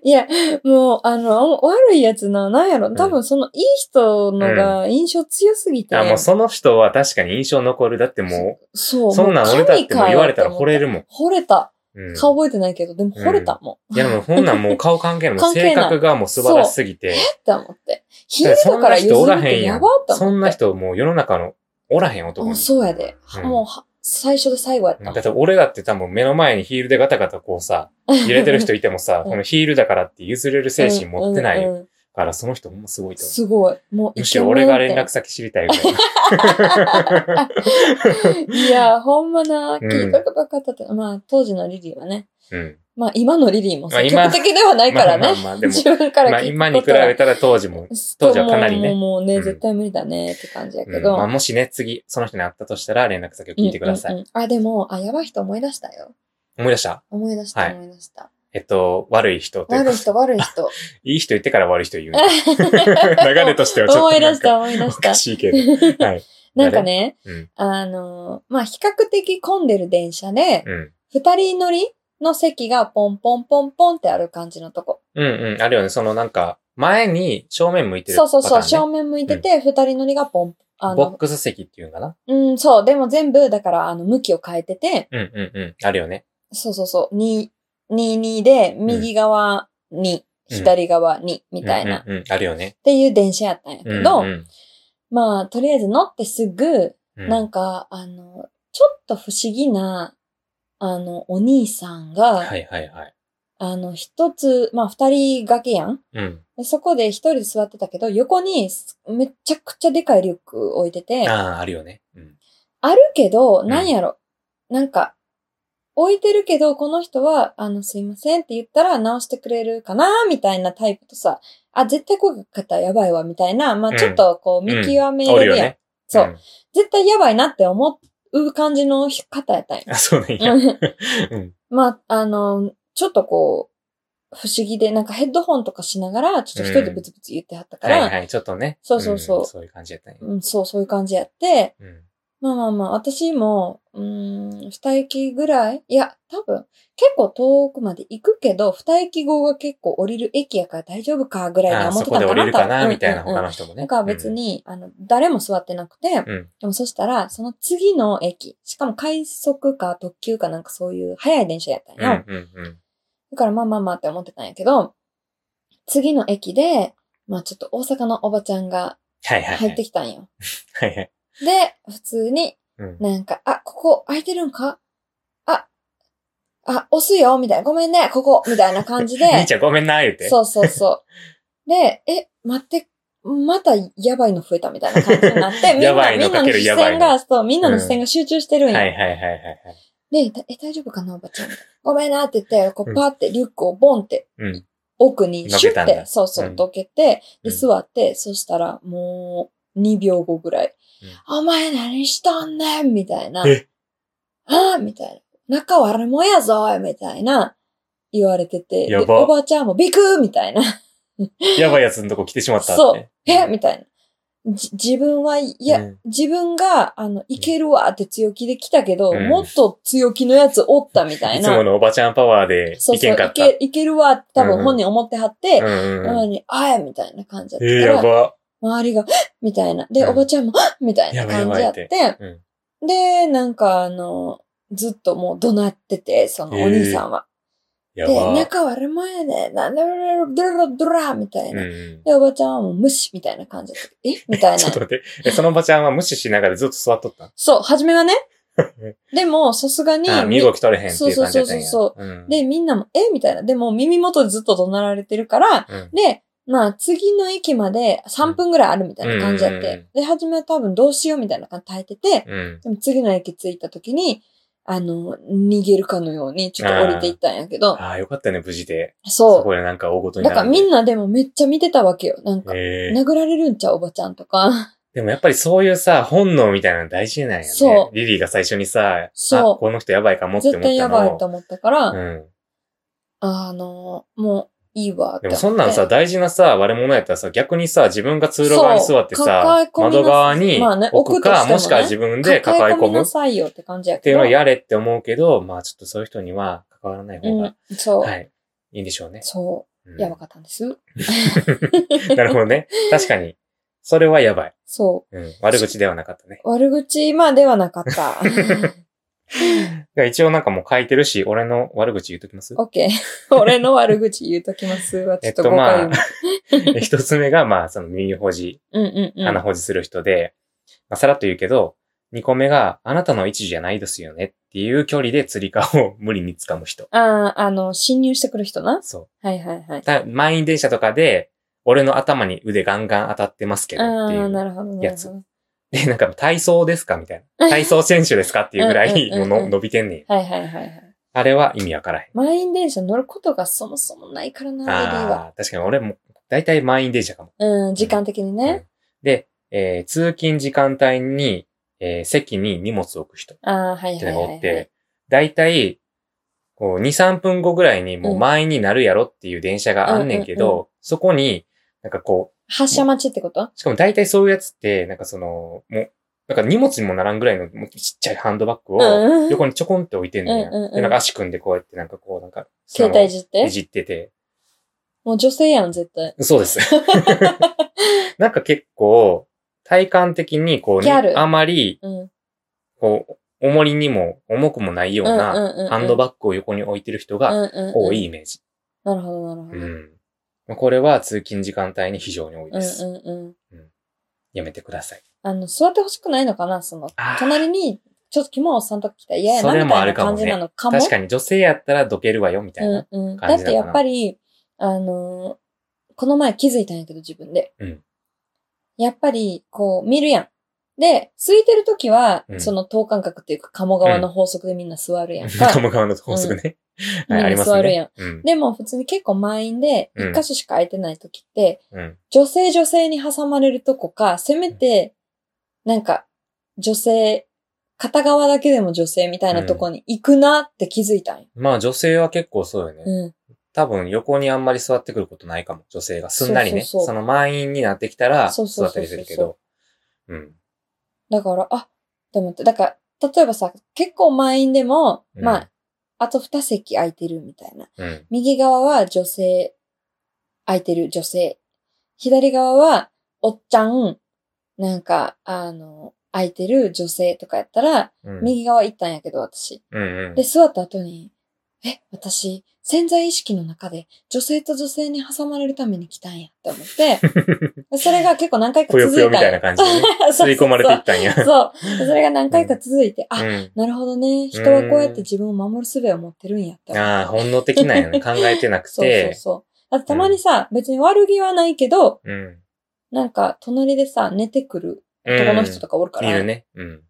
S2: いや、もう、あの、悪いやつな、なんやろ、多分その、いい人のが印象強すぎて。
S1: あ、もうその人は確かに印象残る。だってもう、
S2: そう。
S1: そんなん俺だってもう
S2: 神かよ
S1: 言われたら惚れるもん
S2: って思った惚れた。
S1: うん
S2: 顔覚えてないけど、でも惚れた もん。
S1: いやでも、ほんなんもう顔関係ない。もう
S2: 関係ない
S1: 性格がもう素晴らしすぎて。
S2: って思って。ヒールだから譲るってやばって思って。
S1: そんな人もう世の中のおらへん男
S2: うんそうやで。
S1: うん
S2: もうは、最初で最後やっ
S1: だ
S2: た。
S1: って俺だって多分目の前にヒールでガタガタこう さ、揺れてる人いてもさ、
S2: うん
S1: このヒールだからって譲れる精神持ってな
S2: うん
S1: い
S2: うんうん
S1: から、その人ほんますごいと思う。
S2: すごい。もうイ
S1: むし
S2: ケ
S1: ろ
S2: メン
S1: 俺
S2: って、
S1: が連絡先知りたいぐらい。
S2: いや、ほんまな、
S1: ん
S2: 聞いたことなかったって。まあ、当時のリリーはね。
S1: うん。
S2: まあ、今のリリーも
S1: まあ
S2: 積
S1: 今
S2: 極的ではないから
S1: まあ
S2: ね
S1: まあまあ。でも
S2: 自分から聞いたこと
S1: まあ今に比べたら当時も。当時はかなりね
S2: もうもうもうね、
S1: うん
S2: 絶対無理だねって感じ
S1: う
S2: や
S1: ん
S2: け
S1: ま
S2: ど。
S1: あもしね、次、その人に会ったとしたら連絡先を聞いてくださ
S2: うんう
S1: い。
S2: んうんあ、でも、あ、やばい人思い出したよ。
S1: 思い出した
S2: 思い出し
S1: は
S2: た、
S1: い
S2: 思い出した。
S1: えっと、悪い人というか
S2: 悪い人、悪 い人。
S1: いい人言ってから悪い 人言うね。流れとしてはちょっ
S2: 思
S1: と
S2: い出
S1: な
S2: し
S1: んか
S2: た、思い出
S1: お
S2: した
S1: か。しいけど。 はい。
S2: なんかね、
S1: うん。
S2: あのーまあ、比較的混んでる電車で、
S1: うん。
S2: 二人乗りの席がポンポンポンポンってある感じのとこ。
S1: うんうん。あるよね。そのなんか、前に正面向いてる
S2: そ
S1: パ
S2: う
S1: ターン、
S2: そ
S1: ね。
S2: うそう、正面向いてて、二人乗りがポン、あ
S1: ボッ
S2: の、
S1: クス席っていうのかな。
S2: うん、そう、でも全部、だから、あの、向きを変えてて、
S1: うんうんうん。あるよね。
S2: そうそうそう、2、2、2で、右側に、
S1: うん
S2: 左側に、みたいな、っ
S1: うんうんうん。あるよね。
S2: ていう電車やったんや
S1: うん、う
S2: け
S1: ん。
S2: ど、まあ、とりあえず乗ってすぐ、
S1: うん
S2: なんか、あの、ちょっと不思議な、あの、お兄さんが、
S1: はいはいはい。
S2: あの、一つ、まあ、二人掛けやん。
S1: うん。
S2: でそこで一人で座ってたけど、横にすめちゃくちゃでかいリュック置いてて、あ
S1: ああ、あるよね。うん。
S2: るけど、
S1: ん
S2: なんやろ、なんか、置いてるけど、この人は、あの、すいませんって言ったら直してくれるかなみたいなタイプとさ、あ、絶対声かけたらやばいわ、みたいな、まあ、
S1: うん
S2: ちょっとこう、見極めれ
S1: およ
S2: るやん。
S1: ね。
S2: そう、
S1: ん。
S2: 絶対やばいなって思う感じの方やった んよ
S1: あ、そうなんや。
S2: うん
S1: うん。
S2: まあ、あの、ちょっとこう、不思議で、なんかヘッドホンとかしながら、ちょっと一人でブツブツ言ってはったか
S1: はい
S2: ら、
S1: はい。ちょっとね。
S2: そうそうそうん
S1: そういう感じやったんや。
S2: うん、そう、そういう感じやって、
S1: うん。
S2: まあまあまあ、私も、うーん、二駅ぐらいいや、多分、結構遠くまで行くけど、二駅後が結構降りる駅やから大丈夫かぐらいに
S1: あ
S2: は
S1: あ、
S2: 思っ
S1: そ
S2: て
S1: こ
S2: た
S1: で
S2: ん
S1: 降
S2: か
S1: りる
S2: な多
S1: か
S2: 分
S1: な、みたいな
S2: うんうん
S1: 他の人もね。
S2: だから別に、あの、誰も座ってなくて、
S1: うん。うん。
S2: でもそしたら、その次の駅、しかも快速か特急かなんかそういう早い電車やったんよ。
S1: うんうんうん。
S2: だからまあまあまあって思ってたんやけど、次の駅で、まあちょっと大阪のおばちゃんが
S1: はいはい。
S2: 入ってきたんよ。
S1: はいはい。
S2: で、普通に、
S1: うん。
S2: なんか、あ、ここ空いてるんかあ、あ、押すよみたいな。ごめんね、ここみたいな 感じで
S1: 兄。ちゃんごめんな、言うて。
S2: そうそうそう。で、え、待って、またやばいの増えたみたいな感じになって、みん
S1: や
S2: な、
S1: ばい
S2: み
S1: の
S2: んな
S1: か
S2: の
S1: け
S2: 視
S1: るやばい
S2: 線
S1: の
S2: が、そう、みんなの視線が集中してるんよ。
S1: はいはいはいはい。
S2: で、だえ、大丈夫かなおばちゃん。ごめんなって言って、こう、パーってリュックをボンって
S1: うん
S2: 奥にシュ
S1: のけ
S2: ッ
S1: たん
S2: て、
S1: だ
S2: そうそうう、
S1: ん
S2: どけて、
S1: うん
S2: で、座って、そしたら、もう、2秒後ぐらい、お前何しとんねんみたいな。
S1: え
S2: ああみたいな。仲悪いもんやぞみたいな、言われてて。で
S1: やば
S2: おばあちゃんもビクーみたいな。
S1: やばいやつのとこ来てしまったって。
S2: そうえ
S1: ん
S2: みたいな。じ自分は、いや、
S1: うん
S2: 自分が、あの、いけるわって強気で来たけど、
S1: うん
S2: もっと強気のやつおったみたい
S1: いつ
S2: な。
S1: ものおばちゃんパワーで
S2: そう
S1: い
S2: そ
S1: け
S2: う、
S1: んか
S2: い
S1: った。
S2: け、いけるわって多
S1: うんう
S2: 分
S1: ん
S2: 本人思ってはって、
S1: うん
S2: な
S1: う
S2: の
S1: ん。
S2: に、あえみたいな感じやっ
S1: え
S2: た
S1: ー、
S2: から
S1: やば。
S2: 周りが、みたいな。で、
S1: うん
S2: おばちゃんも、みたいな感じやって。
S1: やばいやばいって
S2: で、なんかあの、ずっともう怒鳴ってて、そのお兄さんは。
S1: や
S2: で、
S1: ば。
S2: 仲悪いもんやね。なんだろろ、ドラドラみたい
S1: うん
S2: な。
S1: うん
S2: で、おばちゃんはもう無視みたいな感じだった。 えみたい
S1: ちょ
S2: な
S1: っと。待って。えそのおばちゃんは無視しながらずっと座っとった。
S2: そう、初め はね。でも、さすがに、
S1: あ、身動き取れへんっていう感じだったんや。
S2: そう
S1: そう。
S2: で、みんなも、えみたいな。でも、耳元でずっと怒鳴られてるから、
S1: うん、
S2: で、まあ、次の駅まで3分ぐらいあるみたいな感じやっ
S1: うんうんうん
S2: て。で、初めは多分どうしようみたいな感じで耐えてて、
S1: うん。
S2: でも次の駅着いた時に、あの、逃げるかのように、ちょっと降りていったんやけど、
S1: ああ、よかったね、無事で。そ
S2: そ
S1: こでなんか大ごと
S2: う。
S1: にな
S2: だ
S1: る。
S2: からみんなでもめっちゃ見てたわけよ。なんか、
S1: えー
S2: 殴られるんちゃうおばちゃんとか。
S1: でもやっぱりそういうさ、本能みたいなの大事なんやね。
S2: そう
S1: リリーが最初にさ、
S2: そう
S1: あこの人やばいかもって思
S2: 絶
S1: ったの
S2: 対やばいと思ったから、
S1: うん。
S2: あの、もういいわっ
S1: でも
S2: て思って。
S1: そんなんさ、大事なさ、悪者やったらさ、逆にさ、自分が通路側に座ってさ、
S2: そう抱え込みなさ
S1: 窓側に
S2: まあね
S1: 置くか、
S2: 置くとしてもね
S1: もしくは自分で抱
S2: 抱
S1: え
S2: え
S1: 込
S2: 込み
S1: むっ
S2: なさいよって感じや
S1: てい
S2: け
S1: う
S2: ど。
S1: のをやれって思うけど、まあちょっとそういう人には関わらない方
S2: う
S1: が
S2: ん、、そう、
S1: はい、いいんでしょうね。
S2: そうう、
S1: ん
S2: やばかったんです。
S1: なるほどね。確かに。それはやばい。
S2: そ
S1: うん。悪口ではなかったね。
S2: う。悪口、まあではな かった。
S1: いや一応なんかもう書いてるし、俺の悪口言っときます
S2: OK。俺の悪口言うときます。はちょっと誤
S1: え
S2: 解
S1: っと
S2: を。
S1: ま 一つ目が、まあ、その耳保持、
S2: うんうんうん。
S1: 鼻保持する人で、まあ、さらっと言うけど、二個目が、あなたの位置じゃないですよねっていう距離で釣り革を無理に掴む人。
S2: ああ、あの、侵入してくる人な。
S1: そ
S2: はいはいは
S1: う。
S2: い。
S1: た満員電車とかで、俺の頭に腕ガンガン当たってますけ
S2: あ
S1: どってい
S2: あ、
S1: う。
S2: なるほど、な
S1: や
S2: る
S1: つ
S2: ほど。
S1: で、なんか体操ですかみたい な。体操選手ですかっていうぐらい
S2: うんうんうんうん
S1: の伸びてんねん。
S2: はいはいはいはい。
S1: あれは意味わからへん。
S2: 満員電車乗ることがそもそもないからな、レディーは。
S1: ああ、確かに俺も、大体満員電車かも。
S2: うん、時間的にね。
S1: で、えー通勤時間帯に、えー席に荷物を置く人っ
S2: ああ、はい
S1: て
S2: はい
S1: の
S2: はい
S1: が
S2: は
S1: おっ
S2: い。
S1: て、大体、こう、2、3分後ぐらいにもう満員になるやろっていう電車があんねんけど、
S2: うんうん
S1: そこに、なんかこ
S2: 発車待ちってこと
S1: う、しかも大体そういうやつって、なんかその、もう、なんか荷物にもならんぐらいのもうちっちゃいハンドバッグを
S2: うん。
S1: 横にちょこんって置いてんねんや。
S2: うんうんうん
S1: で、なんか足組んでこうやってなんかこう、なんか、
S2: 携帯いじっ
S1: い
S2: て
S1: じってて、
S2: もう女性やん、絶対。
S1: そうです。 なんか結構、体感的にこう、
S2: ギャル
S1: あまり、
S2: うん。うん
S1: こう、重りにも重くもないような、ハンド
S2: バ
S1: バッグを横に置いてる人
S2: ッ
S1: が
S2: が
S1: 多い
S2: い。
S1: イメージ。
S2: なるほど、なるほ
S1: う
S2: ど。
S1: ん。これは通勤時間帯に非常に多い
S2: うん
S1: です。
S2: うんうん。
S1: やめてください。
S2: あの、座ってほしくないのかなその
S1: あー、
S2: 隣に、ちょっとキモおっさんとか来たら嫌や
S1: そ
S2: な、
S1: れ
S2: み
S1: も
S2: た
S1: あ
S2: い
S1: る
S2: な
S1: かもね
S2: 感じなのかも。
S1: 確かに女性やったらどけるわよ、みたいな。
S2: うんうん。だ
S1: 感じな
S2: っ
S1: の
S2: てや
S1: かな
S2: っぱり、あのーこの前気づいたんやけど自分で。
S1: うん
S2: やっぱり、こう、見るやん。で、空いてる時は、
S1: うん
S2: その等間隔っていうか、鴨川の法則でみんな座 るやんか。
S1: 鴨川の法則ね。はい、
S2: み
S1: あり
S2: ん
S1: ま
S2: な
S1: す
S2: 座るやん。
S1: ね。うん。
S2: でも、普通に結構満員で、
S1: うん
S2: 一箇所しか空いてない時って、
S1: うん。
S2: 女性女性に挟まれるとこか、せめて、なんか、女性、片側だけでも女性みたいなとこに行くなって気づいたんよ。
S1: まあ女性は結構そうよね。
S2: うん。
S1: 多分横にあんまり座ってくることないかも、女性が。すんなりね。
S2: そうそうそう
S1: その満員になってきたら、
S2: そう
S1: 座
S2: そう
S1: っ
S2: そ
S1: た
S2: うそう
S1: りするけど。うん。
S2: だから、あ、と思って。だから、例えばさ、結構満員でも、
S1: うん
S2: まあ、あと二席空いてるみたいな。
S1: うん。
S2: 右側は女性、空いてる女性。左側は、おっちゃん、なんか、あの、空いてる女性とかやったら、
S1: うん。
S2: 右側行ったんやけど、私。
S1: うんうん
S2: で、座った後に、え、私、潜在意識の中で女性と女性に挟まれるために来たんやって思 って、それが結構何回か
S1: ぷ
S2: 続い
S1: よ
S2: た
S1: ぷよみたいな感じでね。
S2: 吸
S1: 吸い込まれていったんや。
S2: そう。それが何回か続いて、あ、
S1: う
S2: なるほどね。人はこうやって自分を守る術を持ってるんやって
S1: ん。
S2: 思って。
S1: ああ、本能的 なんよね。考えてなく
S2: そうそう
S1: て。
S2: そう。だってたまにさ、別に悪気はないけど、
S1: うん。
S2: なんか隣でさ、寝てくる男の人とかおるか
S1: い
S2: ら、
S1: るね。うん。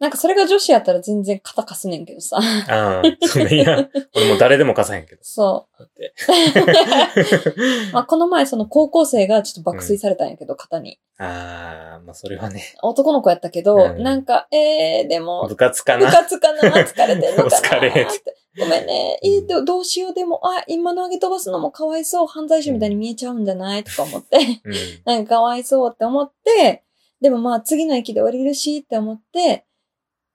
S2: なんかそれが女子やったら全然肩貸すねんけどさ。
S1: ああ、そんない や、俺もう誰でも貸さへんけど。
S2: そ
S1: だって。
S2: う。 まあこの前その高校生がちょっと爆睡されたんやけど、肩に。
S1: ああ、まあそれはね、
S2: 男の子やったけど、
S1: うん
S2: なんか、えー、でも、
S1: 部活か
S2: 部
S1: な。
S2: 活か な疲れてんのかな
S1: 疲れて
S2: ごめんね。
S1: うん
S2: えー、どどうしよう。でも、あ、今の上げ飛ばすのもかわいそう。犯罪者みたいに見えちゃうんじゃないとか思っ て。
S1: うん。
S2: なんかかわいそうって思って、でもまあ次の駅で降りるしって思って、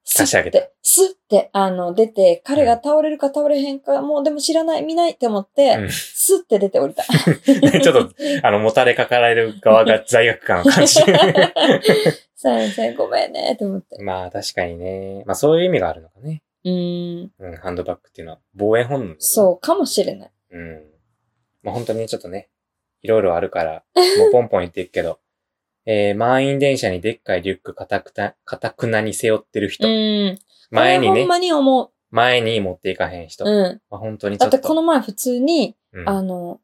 S2: ス
S1: 差し上
S2: ッ
S1: げ
S2: て、スッて、あの、出て、彼が倒れるか倒れへんか、もうでも知らない、見ないって思って、
S1: うん
S2: スッて出て降りた。
S1: ちょっと、あの、もたれかかられる側が罪悪感を感 じる。
S2: 先生、ごめんねって思って。
S1: まあ確かにね。まあそういう意味があるのかね。
S2: うーん、
S1: うん、ハンドバッグっていうのは防衛本能。
S2: そうかもしれない。
S1: うん。まあ本当にちょっとね、いろいろあるから、もうポンポン言っていくけ ど、えー、満員電車にでっかいリュックかたくた、かたくなに背負ってる
S2: う
S1: 人。
S2: ーん。
S1: 前に
S2: こ
S1: ね
S2: れほん、まに思
S1: 前に持っていかへん人。
S2: う。うん。
S1: まあ本当にち
S2: だ
S1: ょ
S2: っ
S1: っと。
S2: てこの前普通に、
S1: うん、
S2: あの、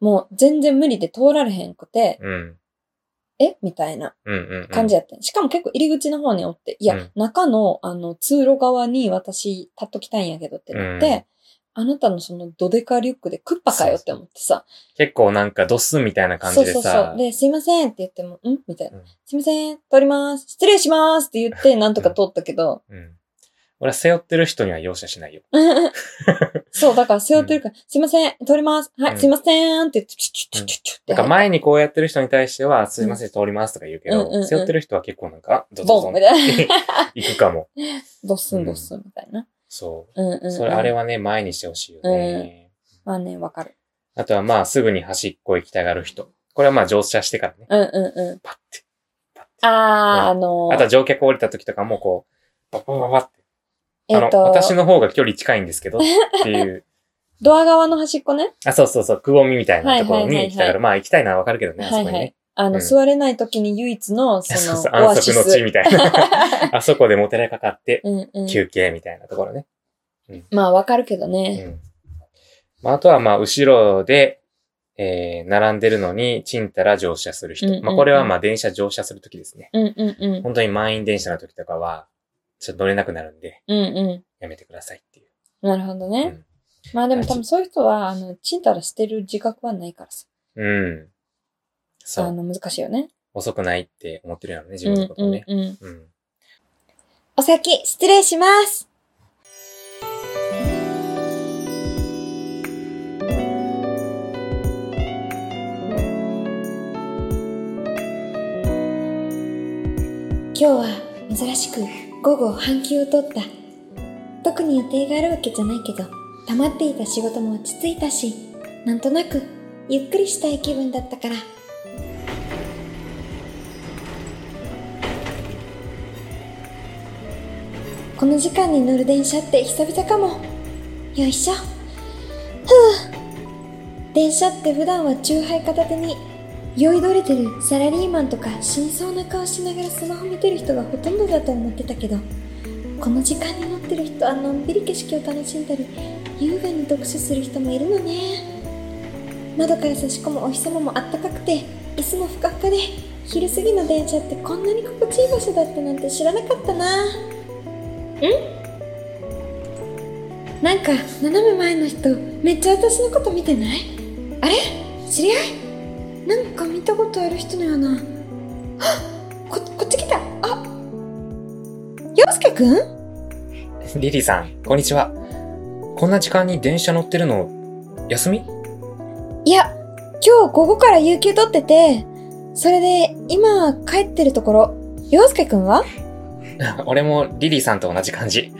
S2: もう全然無理で通られへんくて、
S1: うん。
S2: えみたいな。
S1: うんうん、うん。
S2: 感じやってん。しかも結構入り口の方におって、いや、
S1: うん
S2: 中の、あの、通路側に私立っときたいんやけどってなって、あなたのそのドデカリュックでクッパかよって思ってさ、
S1: 結構なんかドスみたいな感じ
S2: そう
S1: で
S2: そう
S1: さ
S2: そう、。で、すいませんって言っても、んみたいな、
S1: うん
S2: すいません、通ります。失礼しますって言って、なんとか通ったけど、
S1: うん。俺は背負ってる人には容赦しないよ。
S2: そう、だから背負ってるから、すいません、通ります。はい、
S1: うん
S2: すいませんって言って、チュチュチュチュチュって
S1: だから前にこうやってる人に対しては、すいません、通りますとか言うけ
S2: うんうんう
S1: ど、
S2: ん
S1: 背負ってる人は結構なんか、ドド
S2: ボ
S1: ド
S2: ン
S1: ン
S2: みたいな。
S1: 行くかも。
S2: ドッスンドッスンみたいな。
S1: そ
S2: うんうん、う
S1: う。
S2: ん。
S1: それ、あれはね、前にしてほしいよね。
S2: まあね、わかる。
S1: あとはまあ、すぐに端っこ行きたがる人。これはまあ、乗車してからね。
S2: うんうんうん。
S1: パッて。
S2: あー、あのー
S1: あとは乗客降りた時とかもこう、パッパッパッパッって。
S2: え
S1: あ
S2: っ、
S1: の、
S2: と、
S1: 私の方が距離近いんですけど、っていう。
S2: ドア側の端っこね。
S1: あ、そうそうそう、くぼみみたいなところに行きた
S2: はいはいはい
S1: が
S2: は
S1: る。まあ、行きたいのはわかるけどね、あ
S2: は
S1: そ
S2: い
S1: こに
S2: は
S1: ね
S2: い。。あの、
S1: うん
S2: 座れない時に唯一の、そ
S1: そう
S2: の
S1: そう、、
S2: オア
S1: 安
S2: シ
S1: 息の地
S2: ス。
S1: みたいな。 あそこでもてれかかって、
S2: うん うん。
S1: 休憩みたいなところね。
S2: まあ、わかるけど
S1: う
S2: ね。
S1: ん。まあ、あとは、まあ、後ろで、えー、並んでるのに、ちんたら乗車する人。
S2: うんうんうん
S1: まあ、これは、まあ、電車乗車するときですね。
S2: うんうんうん。
S1: 本当に満員電車の時とかは、ちょっと乗れなくなるんで、
S2: うんう
S1: やめてくださいっていう。
S2: ん。なるほどね。
S1: うん
S2: まあでも多分そういう人は、あの、ちんたらしてる自覚はないからさ。
S1: うん。そ
S2: あ
S1: う。
S2: の、難しいよね。
S1: 遅くないって思ってるやろね、自
S2: うん
S1: 分のことを
S2: う
S1: ね。
S2: んうん。
S1: うん。
S2: お先、失礼します。今日は珍しく午後半休を取った。特に予定があるわけじゃないけど、溜まっていた仕事も落ち着いたし、なんとなくゆっくりしたい気分だったから。この時間に乗る電車って久々かもよいしょふう電車って普段は酎ハイ片手に酔いどれてるサラリーマンとか死にそうな顔しながらスマホ見てる人がほとんどだと思ってたけどこの時間に乗ってる人はのんびり景色を楽しんだり優雅に読書する人もいるのね窓から差し込むお日様もあったかくて椅子もふかふかで昼過ぎの電車ってこんなに心地いい場所だったなんて知らなかったななんか斜め前の人めっちゃ私のこと見てないあれ知り合いなんか見たことある人のようなあここっち来たあ陽介くん
S1: リリーさん、こんにちは。こんな時間に電車乗ってるの、休み
S2: いや今日午後から有給取っててそれで今帰ってるところ陽介くんは
S1: 俺もリリーさんと同じ感じ。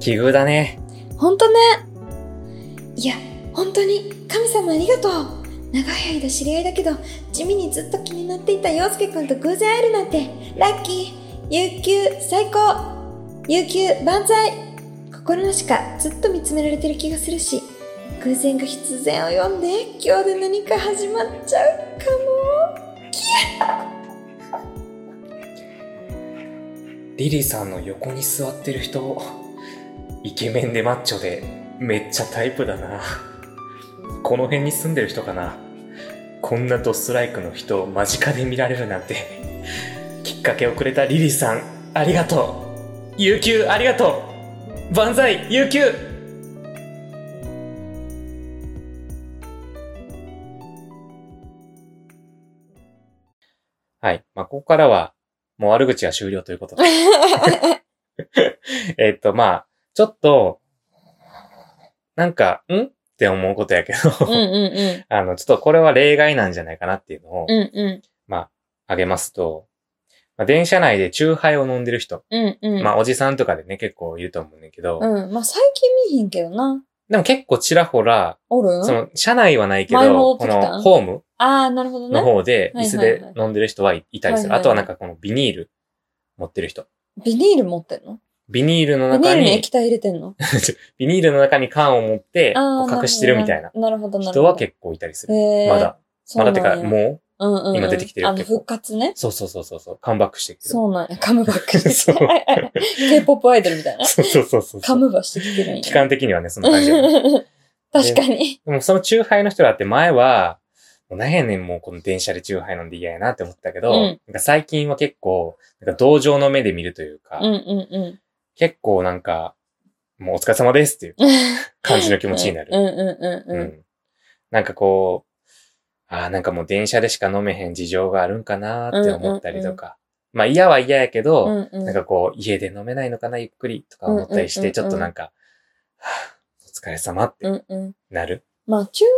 S1: 奇遇だね。
S2: ほんとねいや本当に神様ありがとう長い間知り合いだけど地味にずっと気になっていた陽介くんと偶然会えるなんてラッキー有給最高有給万歳心のしかずっと見つめられてる気がするし偶然が必然を読んで今日で何か始まっちゃうか も
S1: リリーさんの横に座ってる人、イケメンでマッチョで、めっちゃタイプだな。この辺に住んでる人かな。こんなドストライクの人を間近で見られるなんて。きっかけをくれたリリーさん、ありがとう。有給ありがとう万歳有給はい。まあ、ここからは、もう悪口は終了ということで。えっと、まあ、ちょっと、なんか、んって思うことやけど、
S2: うんう
S1: あの、ちょっとこれは例外なんじゃないかなっていうのを、
S2: んうん。うんう
S1: まあ、挙げますと、まあ、電車内でチューハイを飲んでる人、
S2: ん。うんうん。
S1: まあ、おじさんとかでね、結構いると思うねんだけど、
S2: うん。まあ、最近見えへんけどな。
S1: でも結構ちらほら、
S2: おる
S1: その、車内はないけ
S2: 前も
S1: ど、
S2: 起
S1: こ
S2: きた
S1: の、ホーム
S2: ああ、なるほど
S1: の
S2: ね。
S1: 方で、
S2: はい
S1: 椅
S2: はい
S1: 子
S2: はい
S1: で飲んでる人はいいたりする。
S2: はいはいはい
S1: あとはなんかこのビニール持ってる人。
S2: ビニール持ってんの
S1: ビニールの
S2: ビニー
S1: 中
S2: ルに
S1: に、
S2: 液体入れてんの
S1: ビニールの中に缶を持って、
S2: あ
S1: こ
S2: あ。
S1: う隠してるみたいな
S2: なるほど、なるほど。
S1: 人は結構いたりする。
S2: 構
S1: まだ。まだてか、
S2: う
S1: もう、
S2: なんや、うんうんうん
S1: 今出てきてる
S2: あの、
S1: 結構
S2: 復活 ね。
S1: そうそうそうそうそう、カムバックしてきてる。
S2: そうなんや。カムバックし
S1: そう
S2: て。K-POP アイドルみたいな。
S1: そうそうそうそう。
S2: カムバしてきてるんや。
S1: 期間的にはね、そんな感じ やね。
S2: 確かに。
S1: でもそのチューハイの人だって前は、もう何やねん、もうこの電車でチューハイ飲んで嫌やなって思ったけど、
S2: うん
S1: なんか最近は結構、なんか同情の目で見るというか、
S2: うんうんうん。
S1: 結構なんか、もうお疲れ様ですっていう感じの気持ちになる。
S2: うんうんうんうん。
S1: うんなんかこう、ああ、なんかもう電車でしか飲めへん事情があるんかなーって思ったりとか、まあ嫌は嫌やけど、
S2: うんうん
S1: なんかこう、家で飲めないのかな、ゆっくりとか思ったりして、
S2: うんうんうんうん
S1: ちょっとなんか、はぁお疲れ様っ
S2: う
S1: て
S2: んうん。
S1: なる。
S2: まあ、チュー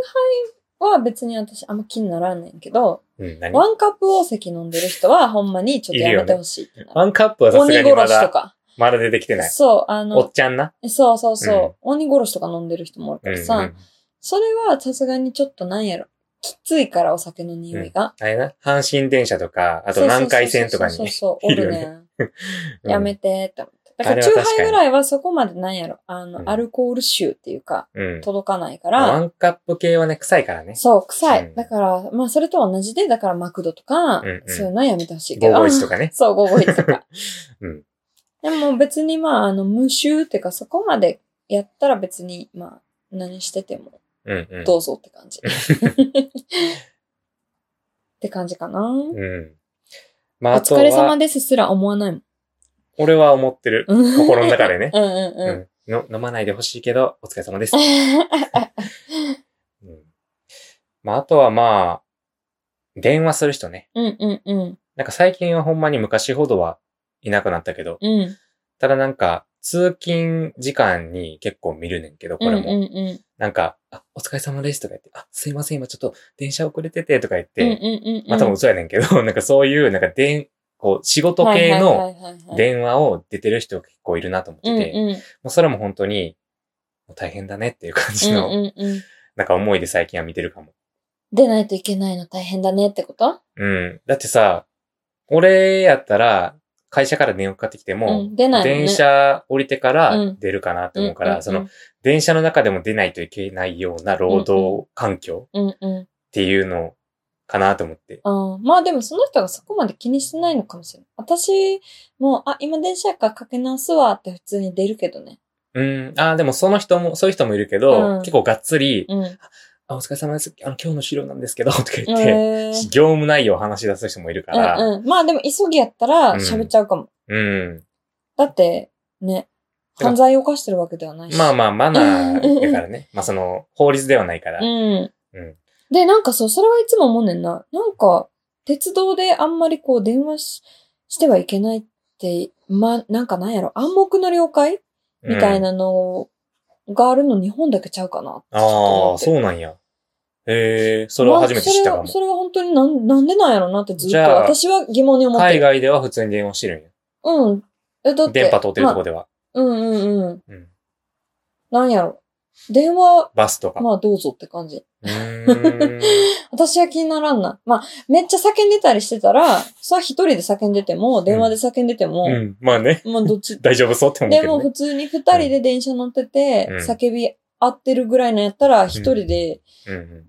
S2: ハイは別に私あんま気にならんねんけど、
S1: うん、何
S2: ワンカップ大関飲んでる人はほんまにちょっとやめてほしいってなる。
S1: ワンカップはさす
S2: 鬼
S1: がにま
S2: 殺しと
S1: だ、
S2: か。
S1: まだ出てきてない。
S2: そう、
S1: お
S2: あ
S1: っ
S2: の、
S1: ちゃんな。
S2: そうそうそう、鬼殺しとか飲んでる人もおる
S1: う
S2: か
S1: ん、う
S2: ら
S1: ん。
S2: さ、
S1: あ
S2: それはさすがにちょっとなんやろ。きついからお酒の匂いが。
S1: れな。阪神電車とか、あと
S2: そうそうそうそう
S1: 南海線とか
S2: そう
S1: に。
S2: そうそう、お
S1: いる
S2: る
S1: よ
S2: ね
S1: ね
S2: ん。やめてって思って。だから、
S1: あれ
S2: チ
S1: は
S2: ュー
S1: 確か
S2: ハ
S1: に
S2: イぐらいはそこまでなんやろ。あ
S1: う
S2: の、
S1: ん
S2: アルコール臭っていうか、
S1: うん。うん。
S2: 届かないか
S1: ワ
S2: ら、
S1: ンカップ系はね、臭いからね。
S2: そう、臭い。
S1: うん
S2: だから、まあ、それと同じで、だから、マクドとか
S1: うんうん、
S2: そういうのはやめてほしいけど。
S1: 551とかね。
S2: そう、551とか。
S1: うん。
S2: でも別に、まあ、あの、無臭っていうか、そこまでやったら別に、まあ、何してても、
S1: うん、うん。
S2: どうぞって感 じ。って感じかな。お
S1: うん。まあ、あと
S2: 疲れ様
S1: は、
S2: ですすら思わないもん。
S1: 俺は思ってる。
S2: うん
S1: 心の中でね。
S2: うんうん
S1: う。
S2: うん
S1: の飲まないでほしいけど、お疲れ様です。うん。まあ、あとはまあ、電話する人ね。
S2: ん。うんうんうん。
S1: なんか最近はほんまに昔ほどはいなくなったけど、
S2: うん。
S1: ただなんか、通勤時間に結構見るねんけど、これも。
S2: うんうんうん。
S1: なんか、あ、お疲れ様ですとか言って、あ、すいません、今ちょっと電車遅れててとか言って、
S2: うんうんうんうん、
S1: まあ多分嘘やねんけど、 なんかそういう、なんか電、こう、仕事系の
S2: はいはいはいはい
S1: 電話を出てる人が結構いるなと思ってて、も
S2: うんうん
S1: うそれも本当に、もう大変だねっていう感じ
S2: う
S1: の、
S2: んうんうん
S1: なんか思いで最近は見てるかも。
S2: 出ないといけないの大変だねってこと
S1: うん。だってさ、俺やったら、会社から電話かかってきても、
S2: うん出ないもんね
S1: 電車降りてか
S2: う
S1: ら
S2: ん
S1: 出るかなって思うから、
S2: うんうんうん
S1: その、電車の中でも出ないといけないような労働環境
S2: うんうん
S1: っていうのかなと思って。
S2: あーまあでもその人がそこまで気にしてないのかもしれない私もうあ今電車やからかけ直すわって普通に出るけどね
S1: うん。ああ、でもその人も、そういう人もいるけど、
S2: うん
S1: 結構がっつり、
S2: うん
S1: あ、お疲れ様です。あの、今日の資料なんですけど、とか言って、
S2: へー
S1: 業務内容を話し出す人もいるから、
S2: うんうんまあでも急ぎやったら喋っちゃうかも、
S1: うん。
S2: だってね
S1: だから
S2: 犯罪を犯してるわけではないし
S1: まあまあ、マナーだから ね。まあその、法律ではないから。
S2: うん。
S1: うん
S2: で、なんかそう、それはいつも思うねんな。なんか、鉄道であんまりこう、電話ししてはいけないって、ま、なんかなんやろ、暗黙の了解みたい
S1: うん
S2: なのがあるの日本だけちゃうかなってちょっ
S1: あ
S2: と思
S1: あ、
S2: ってる。
S1: そうなんや。へえ、それは初めて知ったか
S2: まあ
S1: も
S2: そ。れはそれは本当になんなんでなんやろなってずっ
S1: じ
S2: と
S1: ゃあ
S2: 私は疑問に思って
S1: 海
S2: る。
S1: 外では普通に電話してるんや。
S2: うん。え、だって。
S1: 電波通ってるとこ
S2: まあ
S1: では。
S2: うんうんうん。
S1: うん。
S2: なんやろ。電話、
S1: バスとか。
S2: まあどうぞって感じ。
S1: うー ん。
S2: 私は気にならんな。まあ、めっちゃ叫んでたりしてたら、それは一人で叫んでても、電話で叫んでても、
S1: うん。まあね。
S2: まあど っち、
S1: 大丈夫そうって思う
S2: で
S1: け
S2: も
S1: どね
S2: 普。通に二人で電車乗ってて、
S1: うん
S2: 叫び合ってるぐらいのやったら、一人で
S1: うんうん。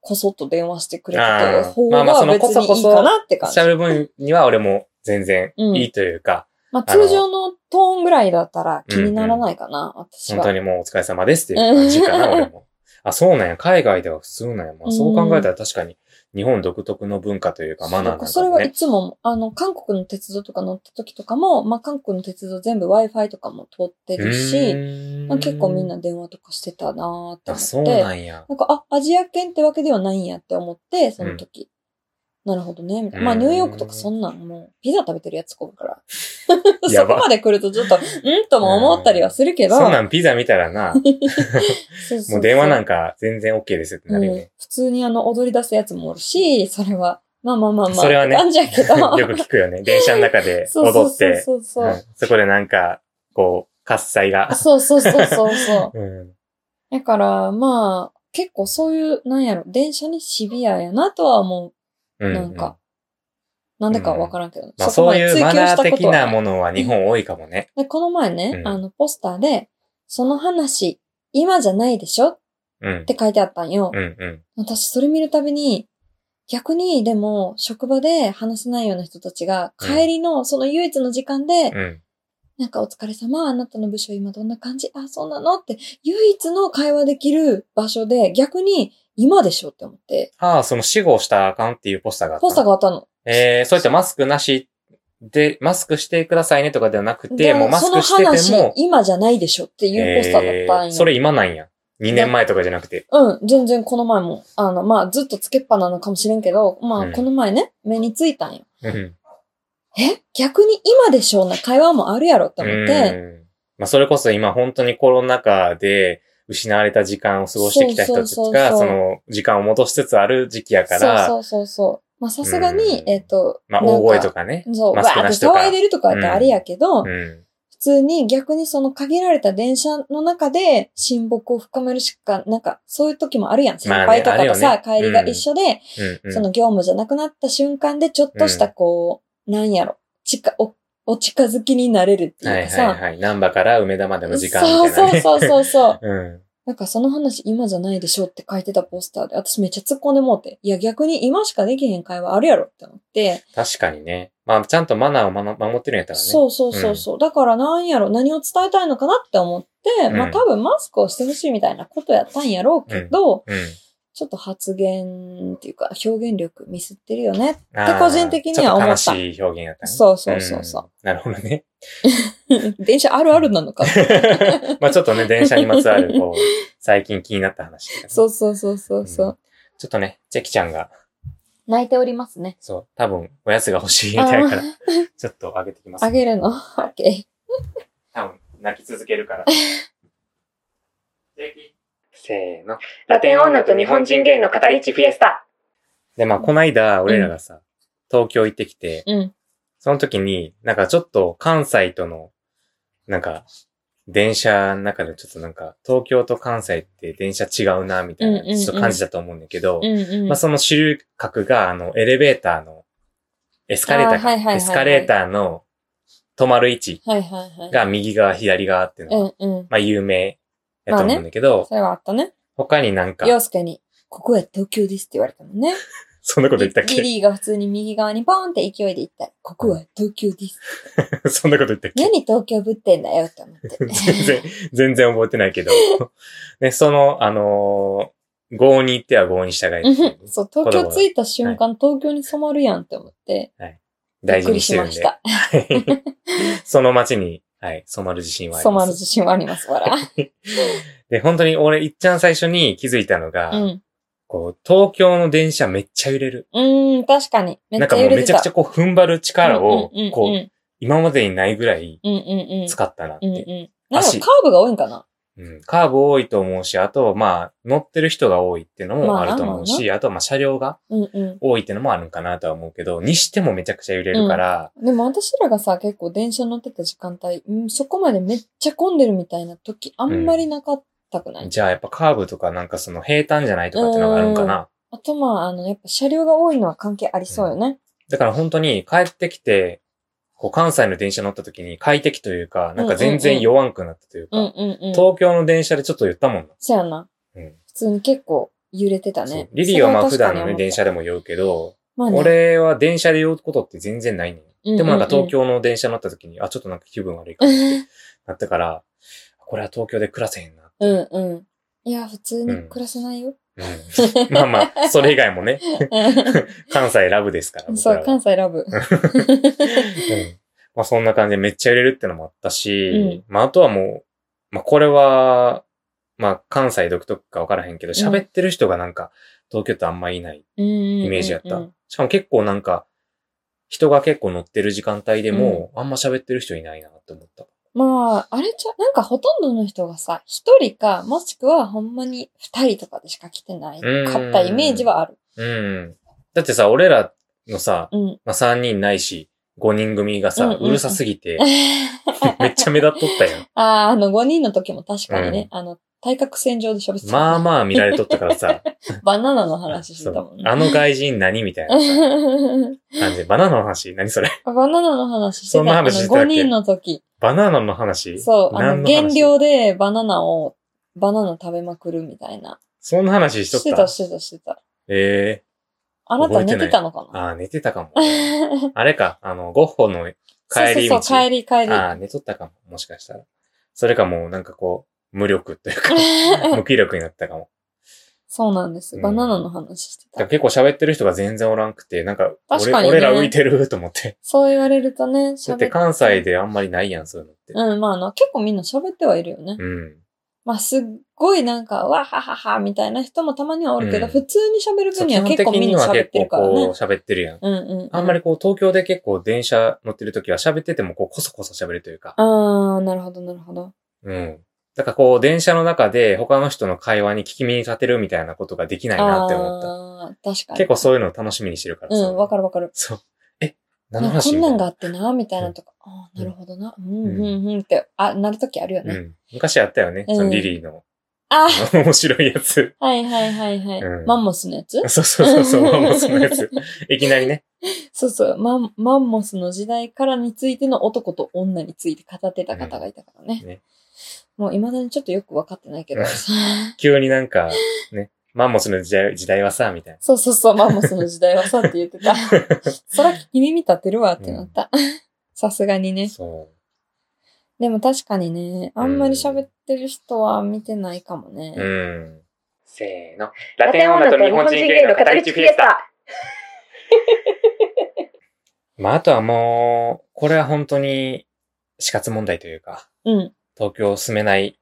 S2: こそっと電話してくれて
S1: あ
S2: た
S1: ー
S2: 方
S1: まあまあ
S2: が
S1: その
S2: 別にいいかなって感じ。
S1: 喋る分には俺も全然
S2: うん
S1: いいというか、
S2: まあ通常のトーンぐらいだったら気にならないかな、私は。
S1: 本当にもうお疲れ 様ですっていう感じかな、
S2: うん
S1: 俺も。あ、そうなんや。海外では普通なんや。まあそう考えたら確かに、日本独特の文化というかマナーなんだ、ね、
S2: それはいつも、あの、韓国の鉄道とか乗った時とかも、まあ、韓国の鉄道全部 Wi-Fi とかも通ってるし、
S1: し
S2: まあ、結構みんな電話とかしてたなーって思って。
S1: あ、そうなんや。
S2: なんか、あ、アジア圏ってわけではないんやって思って、その時。なるほどね。みたいなまあ、
S1: うん
S2: ニューヨークとかそんなんもう、ピザ食べてるやつこるから。
S1: や
S2: そ
S1: ば
S2: こまで来るとちょっと、うんとも思ったりはするけど。
S1: そうなん、ピザ見たらな、
S2: そうそうそう
S1: もう電話なんか全然 OK ですってなるよ
S2: うん
S1: ね。
S2: 普通にあの、踊り出すやつもおるし、それは、まあまあまあまあ、
S1: それはね
S2: って感じやけ ど。
S1: よく聞くよね。電車の中で
S2: そうそう
S1: 踊っ
S2: そう
S1: て、
S2: そうそうう。
S1: んそこでなんか、こう、喝采が。
S2: そうそうそうそうそ
S1: うん。
S2: う。だから、まあ、結構そういう、なんやろ、電車にシビアやなとは思
S1: う
S2: う。
S1: ん。
S2: なんか。なんでかはわからんけど、
S1: まあそういうマナー的な
S2: も
S1: ものは日本多いかもね。
S2: で、この前ね、
S1: うん
S2: あの、ポスターで、その話、今じゃないでしょっ
S1: うん。
S2: て書いてあったんよ。
S1: うんうん。
S2: 私、それ見るたびに、逆に、でも、職場で話せないような人たちが、
S1: うん
S2: 帰りの、その唯一の時間で、
S1: うん。
S2: なんかお疲れ様、あなたの部署今どんな感じあ、そうなのって、唯一の会話できる場所で、逆に、今でしょって思って、
S1: ああ、その死後したらあかんっていうポスターがあった。
S2: ポスターがあったの。
S1: えー、そういったマスクなしで、マスクしてくださいねとかではなくて、
S2: で
S1: もうマスクしてても。
S2: その話、今じゃないでしょっていうポスターだったんよ。
S1: えーそれ今なんや。2年前とかじゃなくて。
S2: うん、全然この前も、あの、まあ、ずっとつけっぱなのかもしれんけど、ま
S1: う
S2: あ、
S1: ん
S2: この前ね、目についたんよ。
S1: うん。
S2: え逆に今でしょうな会話もあるやろって思って、
S1: うんまあ、それこそ今本当にコロナ禍で失われた時間を過ごしてきた人たち
S2: そうそうそうそ
S1: が、
S2: う
S1: その時間を戻しつつある時期や
S2: そ
S1: か
S2: うそ
S1: ら、
S2: うそうそう。まあ、さすがに
S1: う、ん
S2: えっと、
S1: まあ、
S2: なん
S1: 大声とかね。
S2: そう、わ
S1: マスク
S2: ー
S1: な
S2: っ
S1: してとか
S2: 騒いでるとかってあれやけど、
S1: う
S2: 普
S1: ん。
S2: 通に逆にその限られた電車の中で親睦を深めるしか、なんかそういう時もあるやん。先
S1: まあね
S2: 輩とかと
S1: あ
S2: さ、
S1: るよね
S2: 帰りが一緒で、
S1: うんうん。
S2: その業務じゃなくなった瞬間でちょっとしたこう、なんやろ、近、お、お近づきになれるって
S1: はいいう
S2: か
S1: はい
S2: さ、
S1: はい。難波から梅田までの時間み
S2: そう
S1: たいな、
S2: そ
S1: ね。
S2: うそうそうそう。
S1: う。うん。
S2: なんかその話今じゃないでしょって書いてたポスターで、私めっちゃ突っ込んでもうて、いや逆に今しかできへん会話あるやろって思って、
S1: 確かにね。まあ、ちゃんとマナーをまの守ってるんやったらね。
S2: そうそうそうそう。だからなんやろ、何を伝えたいのかなって思って、
S1: うん
S2: まあ多分マスクをしてほしいみたいなことやったんやろうけど、
S1: うん。
S2: ちょっと発言っていうか表現力ミスってるよねって
S1: あー
S2: 個人的には思った
S1: ちょっと悲しい表現やったね。
S2: そうそうそうそ
S1: うんなるほどね。
S2: う。 電車あるあるなのか。
S1: まあちょっとね、電車にまつわる、こう、最近気になった話、。
S2: そうそうそうそうそううん
S1: ちょっとね、チェキちゃんが、
S2: 泣いておりますね。
S1: そう、多分、おやつが欲しいみたいから
S2: あ、
S1: ちょっとあげてきます、
S2: あげるの オッケー。
S1: 多分、泣き続 けるから。せーの。
S3: ラテン女と日本人ゲイの語り地フィエスタ。
S1: で、まあ、こないだ、俺らがさ、東京行ってきて、
S2: うん。
S1: その時に、なんかちょっと関西との、なんか、電車の中でちょっとなんか、東京と関西って電車違うな、みたいな、
S2: うんうんうん
S1: ちょっと感じたと思うんだけど、
S2: うんうん。
S1: まあその主流角が、あの、エレベーターの、エスカレーターか
S2: あーはいはいはいはい
S1: エスカレーターの止まる位置
S2: はいはいはい。
S1: が右側、左側っていうのが、
S2: うんうん。
S1: まあ有名やと思うんだけど、
S2: それはあったね。
S1: 他になんか、
S2: 洋介に、ここは東京ですって言われたもんね。
S1: そんなこと言ったっ
S2: リ
S1: け
S2: リーが普通に右側にポーンって勢いで行ったら、ここは東京です。
S1: そんなこと言ったっけ
S2: 何東京ぶってんだよって思 って。
S1: 全然、全然覚えてない けど。ね、その、あのー、郷に行っては郷に従
S2: う
S1: い
S2: ん。そう、東京着いた瞬間、東京に染まるやんって思って、
S1: 大事にしてるん
S2: びっくりし
S1: で。
S2: まし
S1: その街に、はい、染まる自信は
S2: た。
S1: あり
S2: 染ま
S1: ま
S2: る
S1: す。
S2: 自信はあります、わら。
S1: で、本当に俺、いっちゃん最初に気づいたのが、
S2: うん。
S1: こう、東京の電車めっちゃ揺れる。
S2: うーん、確かに。め
S1: なん
S2: っち
S1: か
S2: ゃ
S1: も
S2: 揺
S1: う
S2: れ
S1: め
S2: て
S1: ち
S2: た。
S1: ゃくちゃこう、踏ん張る力を
S2: うんうんうんうん、
S1: こう、今までにないぐらい
S2: うんうんうん。
S1: 使ったなって。
S2: うんうん。なんかカ
S1: 足
S2: ーブが多いんかな
S1: うんカーブ多いと思うし、あと、まあ、乗ってる人が多いっていうのもあると思う
S2: まあ
S1: し、あと、まあ、車両が
S2: うんう
S1: 多いっていうのもあるんかなとは思うけど、にしてもめちゃくちゃ揺れるから、
S2: ん。でも私らがさ、結構電車乗ってた時間帯、うん、そこまでめっちゃ混んでるみたいな時、あんまりなかったくない、
S1: じゃあやっぱカーブとかなんかその平坦じゃないとかってのがあるんかな。
S2: あとまあ、あの、やっぱ車両が多いのは関係ありそうよね。
S1: だから本当に帰ってきて、こう関西の電車乗った時に快適というか、なんか全然弱んくなったというか、
S2: うんうんうん。
S1: 東京の電車でちょっと言ったもんな。
S2: そうやな。
S1: うん
S2: 普通に結構揺れてた
S1: そう
S2: ね。
S1: リリーはまあ普段の
S2: そ
S1: ね、
S2: れは確かに思った
S1: 電車でも酔うけど、
S2: まあね、
S1: 俺は電車で酔うことって全然ないね。でもなんか東
S2: 京。
S1: 京の電車乗った時に、あ、ちょっとなんか気分悪いかもってなったから、これは東京で暮らせへんな。
S2: うんうん。いや、普通に暮らせないよ。
S1: うんまあまあ、それ以外もね、関西ラブですから、僕
S2: そ
S1: ら
S2: う
S1: は、
S2: 関西ラブ。
S1: うんまあそんな感じでめっちゃ売れるってのもあったし、
S2: うん
S1: まああとはもう、まあこれは、まあ関西独特かわからへんけど、喋ってる人がなんか東京ってあんまいないイ
S2: イ
S1: メージやった。しかも結構なんか、人が結構乗ってる時間帯でも、あんま喋ってる人いないなって思った。
S2: まあ、あれちゃ、なんかほとんどの人がさ、一人か、もしくはほんまに二人とかでしか来てない
S1: うん
S2: かったイメージはある。
S1: うん。だってさ、俺らのさ、
S2: うん。
S1: まあ3人ないし、5人組がさ、
S2: うん
S1: う
S2: うんうん
S1: るさすぎて、めっちゃ目立っとった やん。
S2: あーあの、5人の時も確かにね、あの、対角線上で喋ってた。
S1: まあまあ見られとったからさ、
S2: バナナの話してたも
S1: そう
S2: ん
S1: あの外人何みた いなさ。
S2: ね。
S1: 感 じ。バナナの話何それ
S2: バナナの話して
S1: そんな
S2: た。あの
S1: 話してたっけ
S2: 5人の時。
S1: バナナの話
S2: そう、あ
S1: 何
S2: の、
S1: 話
S2: 減量でバナナを、バナナ食べまくるみたいな。
S1: そんな話しと
S2: し
S1: ってた。
S2: た、してた、してた。
S1: え
S2: あなた
S1: 覚
S2: 寝
S1: えてない
S2: てたのか
S1: え
S2: な
S1: ああ、寝てたかも。 あれか、あの、ゴッホの帰り道。
S2: そうそうそう、帰り帰り。
S1: ああ、寝とったかも。もしかしたら。それかもうなんかこう、無力という か、無気力になったかも。
S2: そうなんです。
S1: うん
S2: バナナの話して
S1: だから
S2: た。
S1: 結構喋ってる人が全然おらんくて、なんか俺、
S2: 確かにね
S1: 俺ら浮いてると思っ て。
S2: そう言われるとね、
S1: だ
S2: 喋
S1: って関西。であんまりないやん、そういうのって。
S2: うん、まああの、結構みんな喋ってはいるよね。
S1: うん。
S2: まあ、すっごいなんか、わははは、みたいな人もたまにはおるけど、
S1: うん
S2: 普通に喋る分には
S1: 基
S2: 結
S1: 本
S2: 構
S1: 的
S2: みん
S1: に
S2: な
S1: は
S2: 喋っ
S1: 結
S2: てる
S1: 構
S2: から
S1: こう
S2: ね。
S1: 喋ってるやん。
S2: うんうん。
S1: あんま
S2: り。
S1: りこう東京で結構電車乗ってる時は喋っててもこうコソコソ喋るというか。
S2: あー、なるほど、なるほど。
S1: うん。だからこう電車の中で他の人の会話に聞き耳立てるみたいなことができないなって思った。
S2: あー、確かに。
S1: 結構そういうのを楽しみにしてるから
S2: うん、わか
S1: る。
S2: るわかる。
S1: そう。え、何の
S2: なんかこ
S1: 話
S2: んなんがあ
S1: み
S2: ってな、みたいなとか、あー、なるほどな。うん、
S1: うん
S2: うん、うんって、あ、なるときあるよ
S1: たいな
S2: ね。
S1: うん。昔あったよね。
S2: うん
S1: そのリリーの、あ
S2: あ
S1: の面白いやつ。
S2: はいはいはいはい。
S1: うん
S2: マンモスのやつ
S1: そうそうそうそう、マンモスのや つ。いきなりね。
S2: そうそう、マンマンモスの時代からについての男と女について語ってた方がいたからね。
S1: うんね
S2: もう未だにちょっとよく分かってないけど。
S1: 急になんか、ね、マンモスの時代時代はさ、みたいな。
S2: そうそうそう、マンモスの時代はさって言っ てた。そら聞き耳立てるわってなった。さすがにね。
S1: そ
S2: でも確かにね、あんまり喋ってる人は見てないかもね。
S1: う。うん。せーの。
S4: ラテン女と日本人ゲイの語り口フィエスタ。
S1: まあ、あとはもう、これは本当に死活問題というか、
S2: うん、
S1: 東京住めない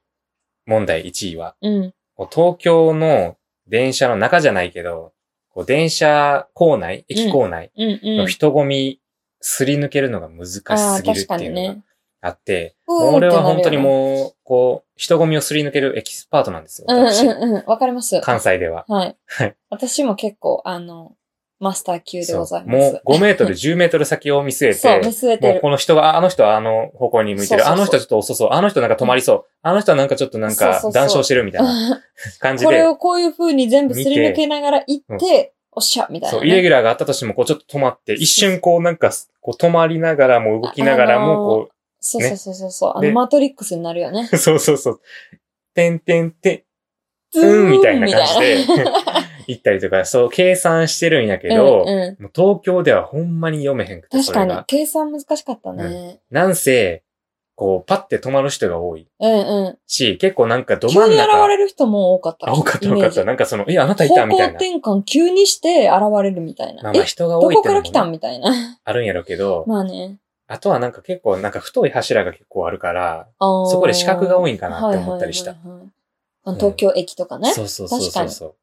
S1: 問題1位は、
S2: うん、
S1: こう東京の電車の中じゃないけど、こう電車構内、駅構内
S2: うん、う
S1: の
S2: ん。
S1: 人混みすり抜けるのが難し
S2: ああ
S1: す
S2: ー、
S1: ぎるっ
S2: 確
S1: て
S2: か
S1: い
S2: に
S1: うのが
S2: ね。
S1: あって、
S2: う
S1: もう
S2: ーんって
S1: 俺
S2: なるよね
S1: は本当にもう、こう、人混みをすり抜けるエキスパートなんですよ。
S2: うん、う
S1: 私
S2: ん、うん。わかります。
S1: 関西では。
S2: はい
S1: はい。
S2: 私も結構、あの、マスター級でございます。
S1: もう5メートル、10メートル先を見据え
S2: そう、見
S1: て、
S2: 据えて
S1: もう
S2: る。
S1: この人が、ああの人はあの方向に向いてる。
S2: そうそうそう
S1: あの人ちょっと遅そう。あの人なんか止まりそう。あの人はなんかちょっとなんか
S2: そうそうそう
S1: 談笑してるみたいな感じ
S2: こ
S1: で
S2: れ。をこういう風に全部すり抜けながら行
S1: 見
S2: って、おっしゃみたいなね、
S1: そう、イレギュラーがあったとしても、こうちょっと止まって、一瞬こうなんか、こう止まりながらも動きながらも、こ
S2: そうそうそうそうそう、
S1: ね
S2: あの、マトリックスになるよね。
S1: う、 そうそうそう、てんてんて
S2: ズ
S1: う
S2: ー
S1: ん
S2: ン
S1: みたいな感じで
S2: みたいな
S1: ん、行ったりとか、そう計算してるんやけど、
S2: うんうん
S1: もう東京ではほんまに読めへんくて、
S2: 確
S1: そ
S2: か
S1: れ
S2: に
S1: が。、
S2: 計算難しかったね。
S1: なんせ、こう、パッて止まる人が多い
S2: うんうん。
S1: し、結構なんかど
S2: 急
S1: 真ん
S2: に現
S1: 中、
S2: れる人も多かった。
S1: あ、多かった
S2: イ
S1: 多
S2: メ
S1: か
S2: ー
S1: っ
S2: ジ
S1: た。なんかその、え、あなたいた
S2: 方
S1: み
S2: 向
S1: たいな。
S2: 転換急にして現れるみたいな。
S1: まあまあ
S2: え、
S1: 人が
S2: ど
S1: 多いっ
S2: こ
S1: て
S2: か
S1: のも
S2: ら来た
S1: ね
S2: んみたいな。
S1: あるんやろうけど、
S2: まあね。
S1: あとはなんか結構なんか太い柱が結構あるから、そ
S2: そ
S1: こで視覚が多いんかなって思ったりした。
S2: あの東京駅とかね。
S1: そうそうそうそうそう。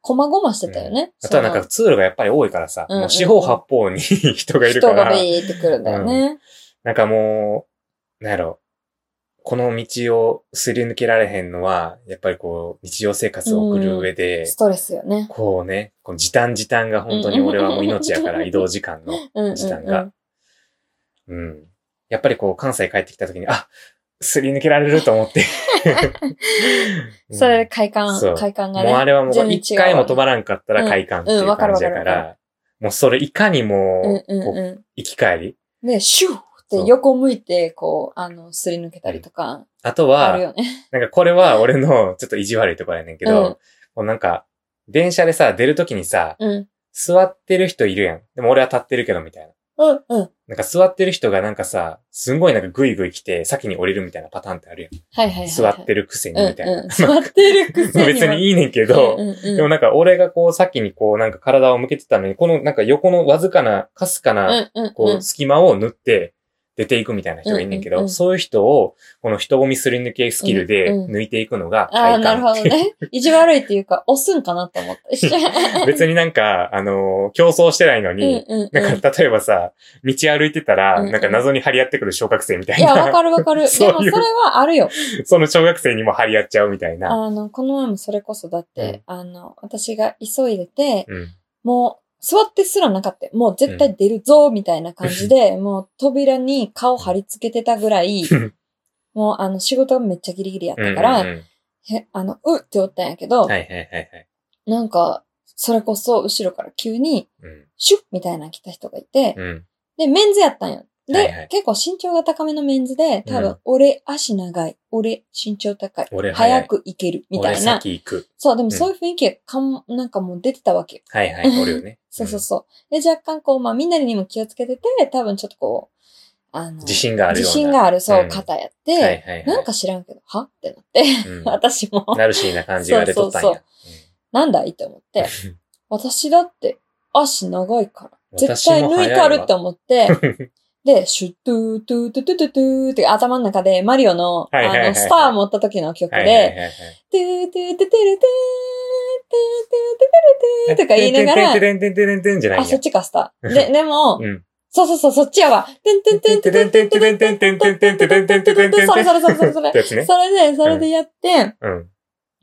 S2: こまごましてたよね。
S1: あとはなんか通路がやっぱり多いからさ、
S2: うんうんうん
S1: もう四方八方に 人がいるか
S2: 人が
S1: ら、
S2: ベーってくるんだよね。
S1: なんかもう、なんやろ、この道をすり抜けられへんのは、やっぱりこう、日常生活を送る上で
S2: ス、トレスよね。
S1: こうね、この時短時短が本当に俺はもう命や から、移動時間の。
S2: うんうんうん
S1: 時短が。うん。やっぱりこう、関西帰ってきた時に、あ、すり抜けられると思 って。 うん
S2: それ、快感
S1: そう、
S2: 快感がね。
S1: もうあれはも
S2: 全
S1: う
S2: 然違う
S1: 一回も止まらんかったら快感っていう感じだか
S2: うんうんわかるわかるわ
S1: ら、もうそれいかにも、
S2: うんうん
S1: こう
S2: う
S1: 行き帰り。
S2: ん。で、シューって横向いて、こう、あの、すり抜けたりとか、
S1: あと
S2: あ
S1: は
S2: る、よね。
S1: なんかこれは俺のちょっと意地悪いところやねんけど、
S2: うん
S1: もうなんか、電車でさ、出るときにさ、
S2: うん。
S1: 座ってる人いるやん。でも俺は立ってるけどみたいな。
S2: うんうん。
S1: なんか座ってる人がなんかさ、すんごいなんかグイグイ来て先に降りるみたいなパターンってあるやん。
S2: はいはいはいはい。
S1: 座って
S2: る
S1: るくせ
S2: う
S1: に
S2: ん
S1: みたいな。
S2: うん。座ってるくせに は。
S1: 別にいいねんけ
S2: うん
S1: ど、
S2: うんうん。
S1: でもなんか俺がこう先にこうなんか体を向けてたのに、このなんか横のわずかな、かすかな、
S2: うんうんうん、
S1: こう隙間を縫って出ていくみたいな人がいんねんけ
S2: うんうんう
S1: ど、
S2: ん
S1: そういう人をこの人混みすり抜けスキルで
S2: うんうん
S1: 抜いていくのが
S2: ああ、
S1: 快
S2: な
S1: 感
S2: るほ
S1: っ
S2: ど
S1: ていう。
S2: ね。意地悪いっていうか、押すんかなと思った。一緒
S1: 別になんか、あのー競争してないのに、
S2: うんうんうん
S1: なんか例えばさ、道歩いてたら、
S2: うんうん
S1: なんか謎に張り合ってくる小学生みたい
S2: いや、わ
S1: な、
S2: かるわかる。
S1: そうい
S2: で
S1: う
S2: もそれはあるよ。
S1: その小学生にも張り合っちゃうみたいな。
S2: あの、この前もそれこそだって、あの、私が急いでて、
S1: うん。
S2: もう、座ってすらなかったよ。もう絶対出るぞ、みたいな感じで、もう扉に顔貼り付けてたぐ らい、もうあの、仕事がめっちゃギリギリやったから、
S1: うんうんうん
S2: へあの、うっておったんやけど、
S1: はいはいはいはい。
S2: なんか、それこそ後ろから急に、
S1: うん。
S2: シュッみたいなの来た人がいて、
S1: うん。
S2: で、メンズやったんや。で、
S1: はいはい
S2: 結構身長が高めのメンズで、多分、
S1: うん
S2: 俺足長い、俺身長高い、
S1: 俺早い
S2: 早く行ける、みた
S1: 俺
S2: いな。
S1: 先行く。
S2: そう、
S1: う
S2: で
S1: ん
S2: もそういう雰囲気がかん、なんかもう出てたわけよ。
S1: はいはい、俺よね。
S2: そうそうそう。で、若干こう、まあみんなにも気をつけてて、多分ちょっとこう、あの、
S1: 自信があるよう
S2: 自
S1: な。
S2: 信がある、そうう、
S1: ん
S2: 肩や
S1: は
S2: って、
S1: いはいはい。
S2: なんか知らんけど、はってなって、
S1: うん、
S2: 私も、
S1: ナルシーな感じが出とったんや。
S2: そうなんだいって思って、
S1: うん
S2: 私だって足長いから、絶
S1: 私も早
S2: 対
S1: いわ
S2: 抜いてあるって 思って、で、シュットゥートゥートゥトゥトゥトゥーって頭の中でマリオの、
S1: はいはいはいはい
S2: あの、スター持った時の曲
S1: はいはいはい
S2: で、
S1: はい。
S2: トゥートゥートゥトゥルトゥー、トゥートゥートゥルトゥーとか言いなが
S1: てん
S2: ら、
S1: てんてんてんてんてんじゃない
S2: あ、
S1: ん
S2: そ
S1: や
S2: っ。ちかスター。で、でも
S1: う、ん。
S2: そうそうそう、そっちやわ。てんてんてんてんてんてんてんてんてんてんてんてんてんてんてんてんてんてんそれそれそれそれそれ
S1: ってやつね。
S2: それで、それでやって、
S1: うん。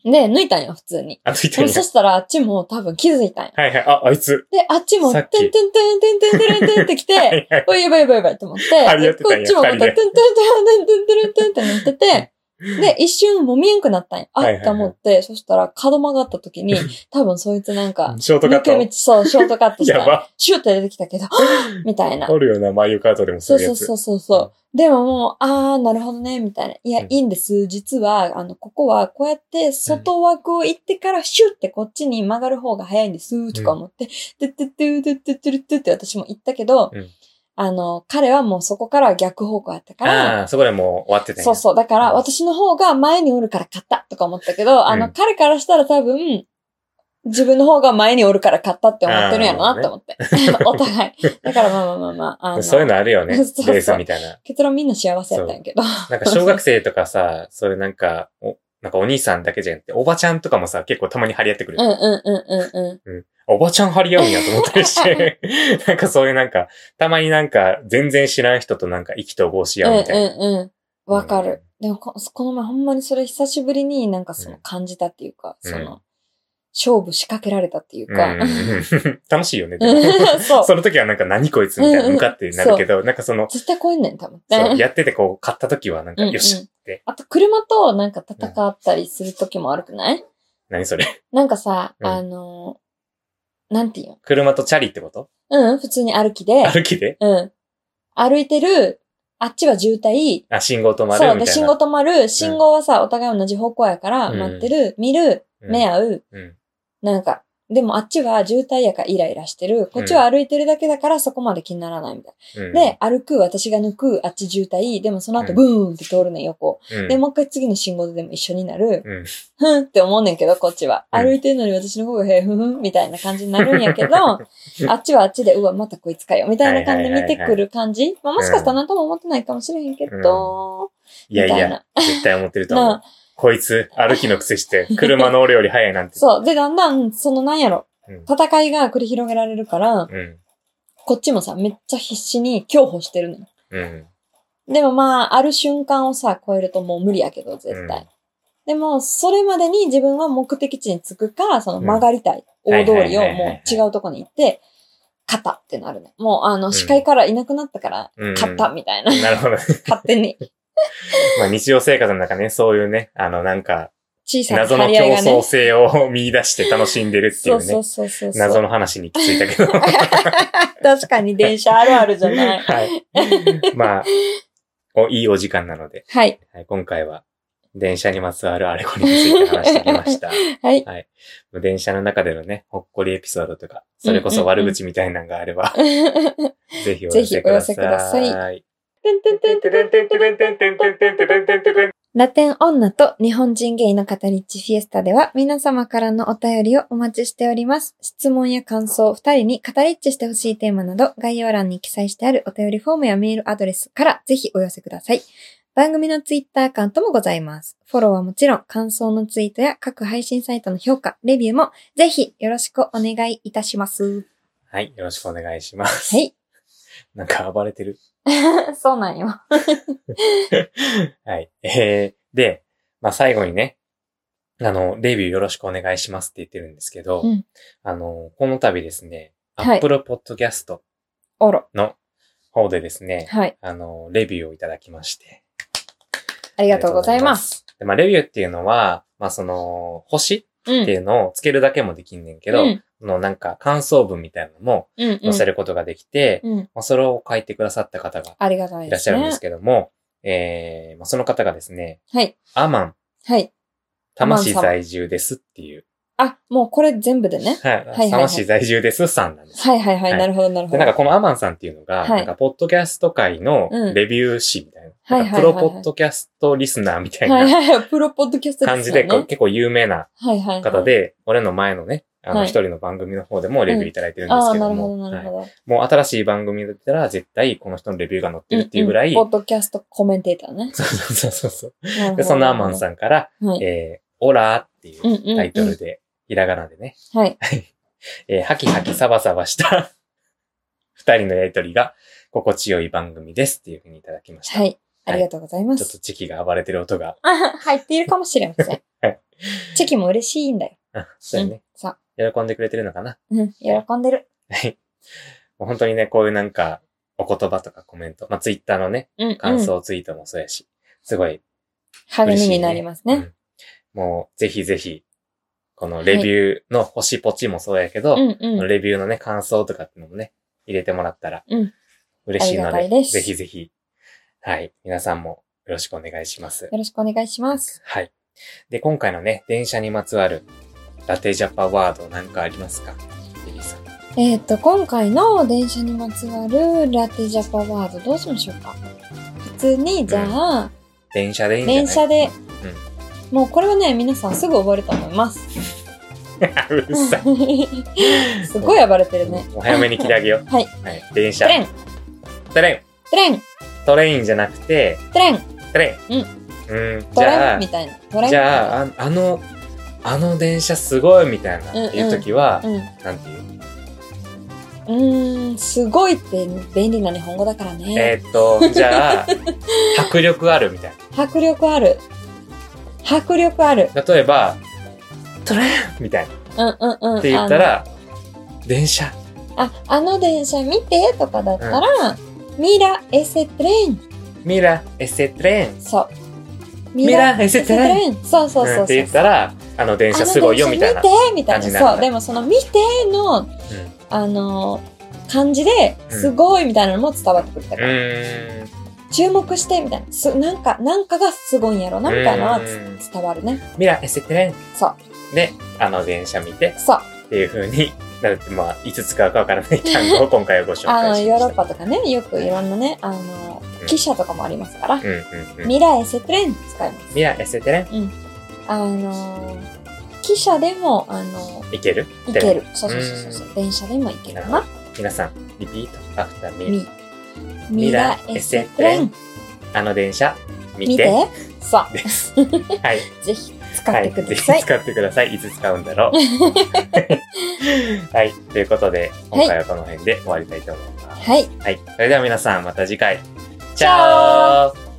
S2: で、抜いたんよ、普通に。
S1: あ、ついて
S2: そ
S1: るやん
S2: したらあっちも多分気づいたんよ。
S1: はいはい。あ、あいつ。
S2: で、あっちも、
S1: さ
S2: て
S1: っき
S2: んてんてんてんてんてんてんてんってき
S1: は
S2: て、
S1: いはい。
S2: おいやばいやばいやばいと思って、
S1: 張り合ってた
S2: こ
S1: んや
S2: っちもまた、てんて
S1: 二人で
S2: んてんてんてんてんてんってなってて、で、一瞬もう見えんくなったんや。あ
S1: はいはいはい
S2: って思って、そしたら角曲がった時に、多分そいつなんか、
S1: ショートカッ
S2: 抜け道
S1: ト。、
S2: そう、ショートカットした
S1: や
S2: ら、
S1: ば。
S2: シューって出てきたけど、みたいな。
S1: おるよな、マリオカートでもそ
S2: そうう
S1: いう
S2: そ
S1: や
S2: う
S1: つ。
S2: そうそうそう。でももう、あー、なるほどね、みたいな。いや、
S1: うん
S2: いいんです。実は、あの、ここは、こうやって、外枠を行ってから、シュッてこっちに曲がる方が早いんです、とか思って、てってってってってってってって私も言ったけど
S1: うん、
S2: あの、彼はもうそこからは逆方向やったから、
S1: ああ、そこでもう終わってたんや
S2: そうそう。だか
S1: う
S2: ら、
S1: ん
S2: 私の方が前におるから勝った、とか思ったけど、あ
S1: う
S2: の、
S1: ん
S2: 彼からしたら多分、自分の方が前におるから勝ったって思ってるんやろなって思って。 お互い。だからまあまあまあまあ。あの
S1: そういうのあるよね。レ
S2: そうそう
S1: ースみたいな。
S2: 結論みんな幸せやったんやけど。
S1: なんか小学生とかさ、そういうなんか、お、なんかお兄さんだけじゃなくて、おばちゃんとかもさ、結構たまに張り合ってくる
S2: う。んうんうんうんう
S1: おばちゃん張り合うんやと思ったり して、なんかそういうなんか、たまになんか、全然知らん人となんか意気投合し
S2: ん。うん
S1: 合うみたいな。
S2: うんうん。わかる。でもこ、この前ほんまにそれ久しぶりになんかその感じたっていうか、
S1: うん
S2: その、勝負仕掛けられたっていう
S1: う
S2: か。
S1: んうんうん。 楽しいよね。でも
S2: そ う。
S1: その時はなんか何こいつみたいな向かってなるけど、なんかその、
S2: 絶対超えんねん、多分。
S1: そうやっててこう、買った時はなんか、
S2: うんうん
S1: よしって、
S2: あと、車となんか戦ったりする時も悪くない
S1: 何それ。
S2: なんかさ、
S1: うん
S2: あの、なんていうの
S1: 車とチャリってこと
S2: うん、普通に歩きで、
S1: 歩きで
S2: うん。歩いてる、あっちは渋滞、
S1: あ、信号止まるみ
S2: そう。
S1: たいな。
S2: で、信号止まる。信号はさ、お互い同じ方向やから、
S1: うん
S2: 待ってる、見る、
S1: うん
S2: 目合う、
S1: うん
S2: なんか。でもあっちは渋滞やからイライラしてる。こっちは歩いてるだけだからそこまで気にならないみたい
S1: うん
S2: な。で、歩く、私が抜く、あっち渋滞。でもその
S1: う
S2: 後
S1: ん
S2: ブーンって通るね、横。
S1: うん
S2: で、もう一回次の信号ででも一緒になる。
S1: うん
S2: ふんって思うねんけど、こっちは。
S1: うん
S2: 歩いてるのに私の方がへえ、ふんふんみたいな感じになるんやけど、あっちはあっちで、うわ、またこいつかよ、みたいな感じで見てくる感じ。まあもしかしたら何とも思ってないかもしれへんけど、
S1: いやい
S2: みたい
S1: や
S2: な、
S1: 絶対思ってる と思う
S2: な。
S1: こいつ、歩きの癖して、車の俺より早いなんて。
S2: そう。で、だんだん、そのなんやろ、
S1: うん
S2: 戦いが繰り広げられるから、
S1: うん。
S2: こっちもさ、めっちゃ必死に競歩してるのよ。
S1: うん。
S2: でもまあ、ある瞬間をさ、超えるともう無理やけど、絶対。
S1: うん
S2: でも、それまでに自分は目的地に着くか、その
S1: うん
S2: 曲がりたい、大通
S1: はい
S2: り
S1: はいはい
S2: を
S1: はいは
S2: も
S1: いう
S2: 違うとこに行って、勝ったってなるね。もう、あ
S1: ん
S2: の、視界からいなくなったから、
S1: うん
S2: 勝ったみた いな。
S1: なるほど。
S2: 勝手に。
S1: まあ日常生活の中ね、そういうね、あの、なんか、
S2: 小さな
S1: 謎
S2: 張
S1: の
S2: り合い
S1: 競
S2: がね
S1: 争。性を見出して楽しんでるってい
S2: そううそ
S1: ね
S2: う、そうそう。
S1: 謎の話に行き着いたけど。
S2: 確かに電車あるあるじゃない。
S1: はい。まあ、お、いいお時間なので、
S2: はい。
S1: はい、今回は電車にまつわるあれこれについて話してきました。
S2: はい。
S1: 電車の中でのね、ほっこりエピソードとか、それこそ悪口みたいなのがあれば、ぜひお寄せください。
S2: ぜひお寄せくださ
S1: てんてんてんてんてんてんてんてんてんてんてんてんてんてんてんてん
S2: ラテン女と日本人ゲイの語り地フィエスタでは皆様からのお便りをお待ちしております。質問や感想、二人に語りっちしてほしいテーマなど概要欄に記載してあるお便りフォームやメールアドレスからぜひお寄せください。番組のツイッターアカウントもございます。フォローはもちろん感想のツイートや各配信サイトの評価、レビューもぜひよろしくお願いいたします。
S1: はい、よろしくお願いします。
S2: はい。
S1: なんか暴れてる。
S2: そうなんよ。
S1: はい。えー、で、まあ、最後にね、あの、レビューよろしくお願いしますって言ってるんですけど、
S2: うん
S1: あの、この度ですね、
S2: はい
S1: Apple Podcast
S2: おろ。
S1: の方でですね、
S2: はい。
S1: あの、レビューをいただきまして。
S2: ありがとうございます。
S1: で、まあ、レビューっていうのは、まあ、その、星
S2: うん。
S1: っていうのをつけるだけもできんねんけど、
S2: うん
S1: そのなんか感想文みたいなのも
S2: うん。
S1: 載せることができて、
S2: うん。
S1: まあ、それを書いてくださった方が
S2: ありがた
S1: い
S2: いで
S1: らっし
S2: す
S1: ゃ
S2: ね。
S1: るんですけども、えー、まあ、その方がですね、
S2: はい。
S1: アマン、
S2: はい。
S1: 魂在住ですっていう、
S2: あ、もうこれ全部でね。
S1: はい、
S2: はいはい
S1: 魂在住ですさんなんです。
S2: はいはいはい。
S1: はい
S2: なるほどなるほ
S1: で、
S2: ど。
S1: なんかこのアマンさんっていうのが、
S2: はい
S1: なんかポッドキャスト界の
S2: うん
S1: レビュー誌みたいな、
S2: はい
S1: なんか
S2: はい
S1: プ
S2: はい
S1: ロ
S2: はい
S1: ポッドキャストリスナーみたい
S2: はい
S1: な
S2: はいはい。プロポッドキャスト
S1: 感
S2: で
S1: じ
S2: す
S1: で、
S2: よ
S1: こう
S2: ね。
S1: 結構有名な
S2: はいはいはい。
S1: 方で、俺の前のね、あの
S2: はい
S1: 一人の番組の方でもレビューいただいてるんで
S2: あ
S1: す
S2: あ、
S1: け
S2: な
S1: ど
S2: るほ
S1: も、
S2: どなる
S1: はい
S2: ほど。っ
S1: もう新しい番組だったら絶対この人のレビューが載ってるっていうぐらい、
S2: ポッドキャストコメンテーターね。
S1: そうそうそうそう。
S2: なるほど
S1: で、 そのアマンさんから、
S2: はい。
S1: えー、オラーってい
S2: うん
S1: う
S2: うんうん
S1: タイトルで、ひらがなでね、
S2: はい。
S1: えーハキハキサバサバした 二人のやりとりが心地よい番組ですっていうふうにいただきました。
S2: はい。ありがとうございま
S1: ちょっと
S2: す。
S1: チキが暴れてる音が。
S2: あは入っているかもしれません
S1: はい。
S2: チェキも嬉しいんだよ。
S1: あそうやね、
S2: うんそう
S1: 喜んでくれてるのかな。
S2: うん。喜んでる。
S1: はい。もう本当にね、こういうなんか、お言葉とかコメント、まあ、ツイッターのね、
S2: うんうん。
S1: 感想ツイートもそうやし、すごい
S2: 励
S1: 嬉しい
S2: み
S1: ね
S2: になります
S1: う
S2: ね。
S1: んもう、ぜひぜひ、このレビューの星ポチもそうやけど、
S2: うんうん。
S1: レビューのね、感想とかっていうのもね、入れてもらったら
S2: うん、
S1: 嬉しいの
S2: あ
S1: で、
S2: りがたいです
S1: ぜひぜひ、はい、皆さんもよろしくお願いします。
S2: よろしくお願いします。
S1: はい。で、今回のね、電車にまつわるラテジャパワードなんかありますかリリーさん。
S2: えっと、今回の電車にまつわるラテジャパワードどうしましょうか普通に、じゃあ、
S1: 電車でいいんじゃない
S2: 電車で、もうこれはね、皆さんすぐ覚えると思います。
S1: うん。うるさい。
S2: すごい暴れてるね。
S1: お早めに切り上げよう。
S2: はい。
S1: はい。電車。
S2: トレン、
S1: トレ
S2: トレン、
S1: ン。トレインじゃなくて、
S2: トレン、
S1: トレイン。。
S2: うん
S1: うん。
S2: ト
S1: じ
S2: レ
S1: ゃ
S2: ン
S1: あ
S2: み、たいな。トレン。
S1: じゃあ、ああの、あの電車すごいみたいな、
S2: うんうん
S1: いう時は
S2: う、ん。う
S1: なんていう
S2: ーん、すごいって便利な日本語だからね。
S1: えーっと、じ ゃあ、迫力あるみたい
S2: 迫力ある。迫力ある。
S1: な。例えば、トレインみたいな。
S2: うんうんうん。
S1: って言ったら、電車。
S2: あの、ああの電車見てとかだったら、ミラ・エセ・トレン。
S1: Mira ese tren.
S2: そう。
S1: Mira ese
S2: ト
S1: tren.
S2: レン。そうそうそうそう。
S1: って言ったら、あの電車すごいよみたいな
S2: あ。の電車見てみたい
S1: 感じに
S2: な。
S1: なるんだ
S2: そう、でもその見ての、あの、感じで
S1: うん
S2: すごいみたいなのも伝わってくるか
S1: う
S2: ら、
S1: ーん。
S2: 注目してみたいな。すなんか、なんかがすごいんやろなみたいなのはつ
S1: うん
S2: 伝わるね。
S1: Mira ese tren.
S2: そう。
S1: で、あの電車見て
S2: そう。
S1: っていう風になるって、まあ、いつ使うかわからない単 語を今回はご紹
S2: あ
S1: 介
S2: の、
S1: しま
S2: ヨーロ
S1: し
S2: ッ
S1: た。
S2: パとかね、よくいろんなね、あの
S1: うん、
S2: 汽車とかもありますから
S1: う、んうんうん。
S2: ミラエセトレン使います。
S1: Mira ese tren.
S2: あの、汽車でも、あの、
S1: いける
S2: 行け
S1: tren
S2: る。そうそうそうそう。電車でも行ける
S1: な
S2: な。
S1: 皆さん、リピート、アフターミ
S2: ミ
S1: ー。
S2: ミラエセトレン
S1: あの電車見
S2: 見
S1: て。
S2: て。そう。
S1: です。はい。
S2: ぜひ使
S1: は
S2: って
S1: い。
S2: く
S1: ぜ
S2: だ
S1: ひ
S2: さい。
S1: 使ってください。いつ使うんだ ろう。はい。ということで、今回はこの辺で終わりたいと思います。
S2: はい。
S1: はい。それでは皆さん、また次回。チ
S2: チャ
S1: ャオ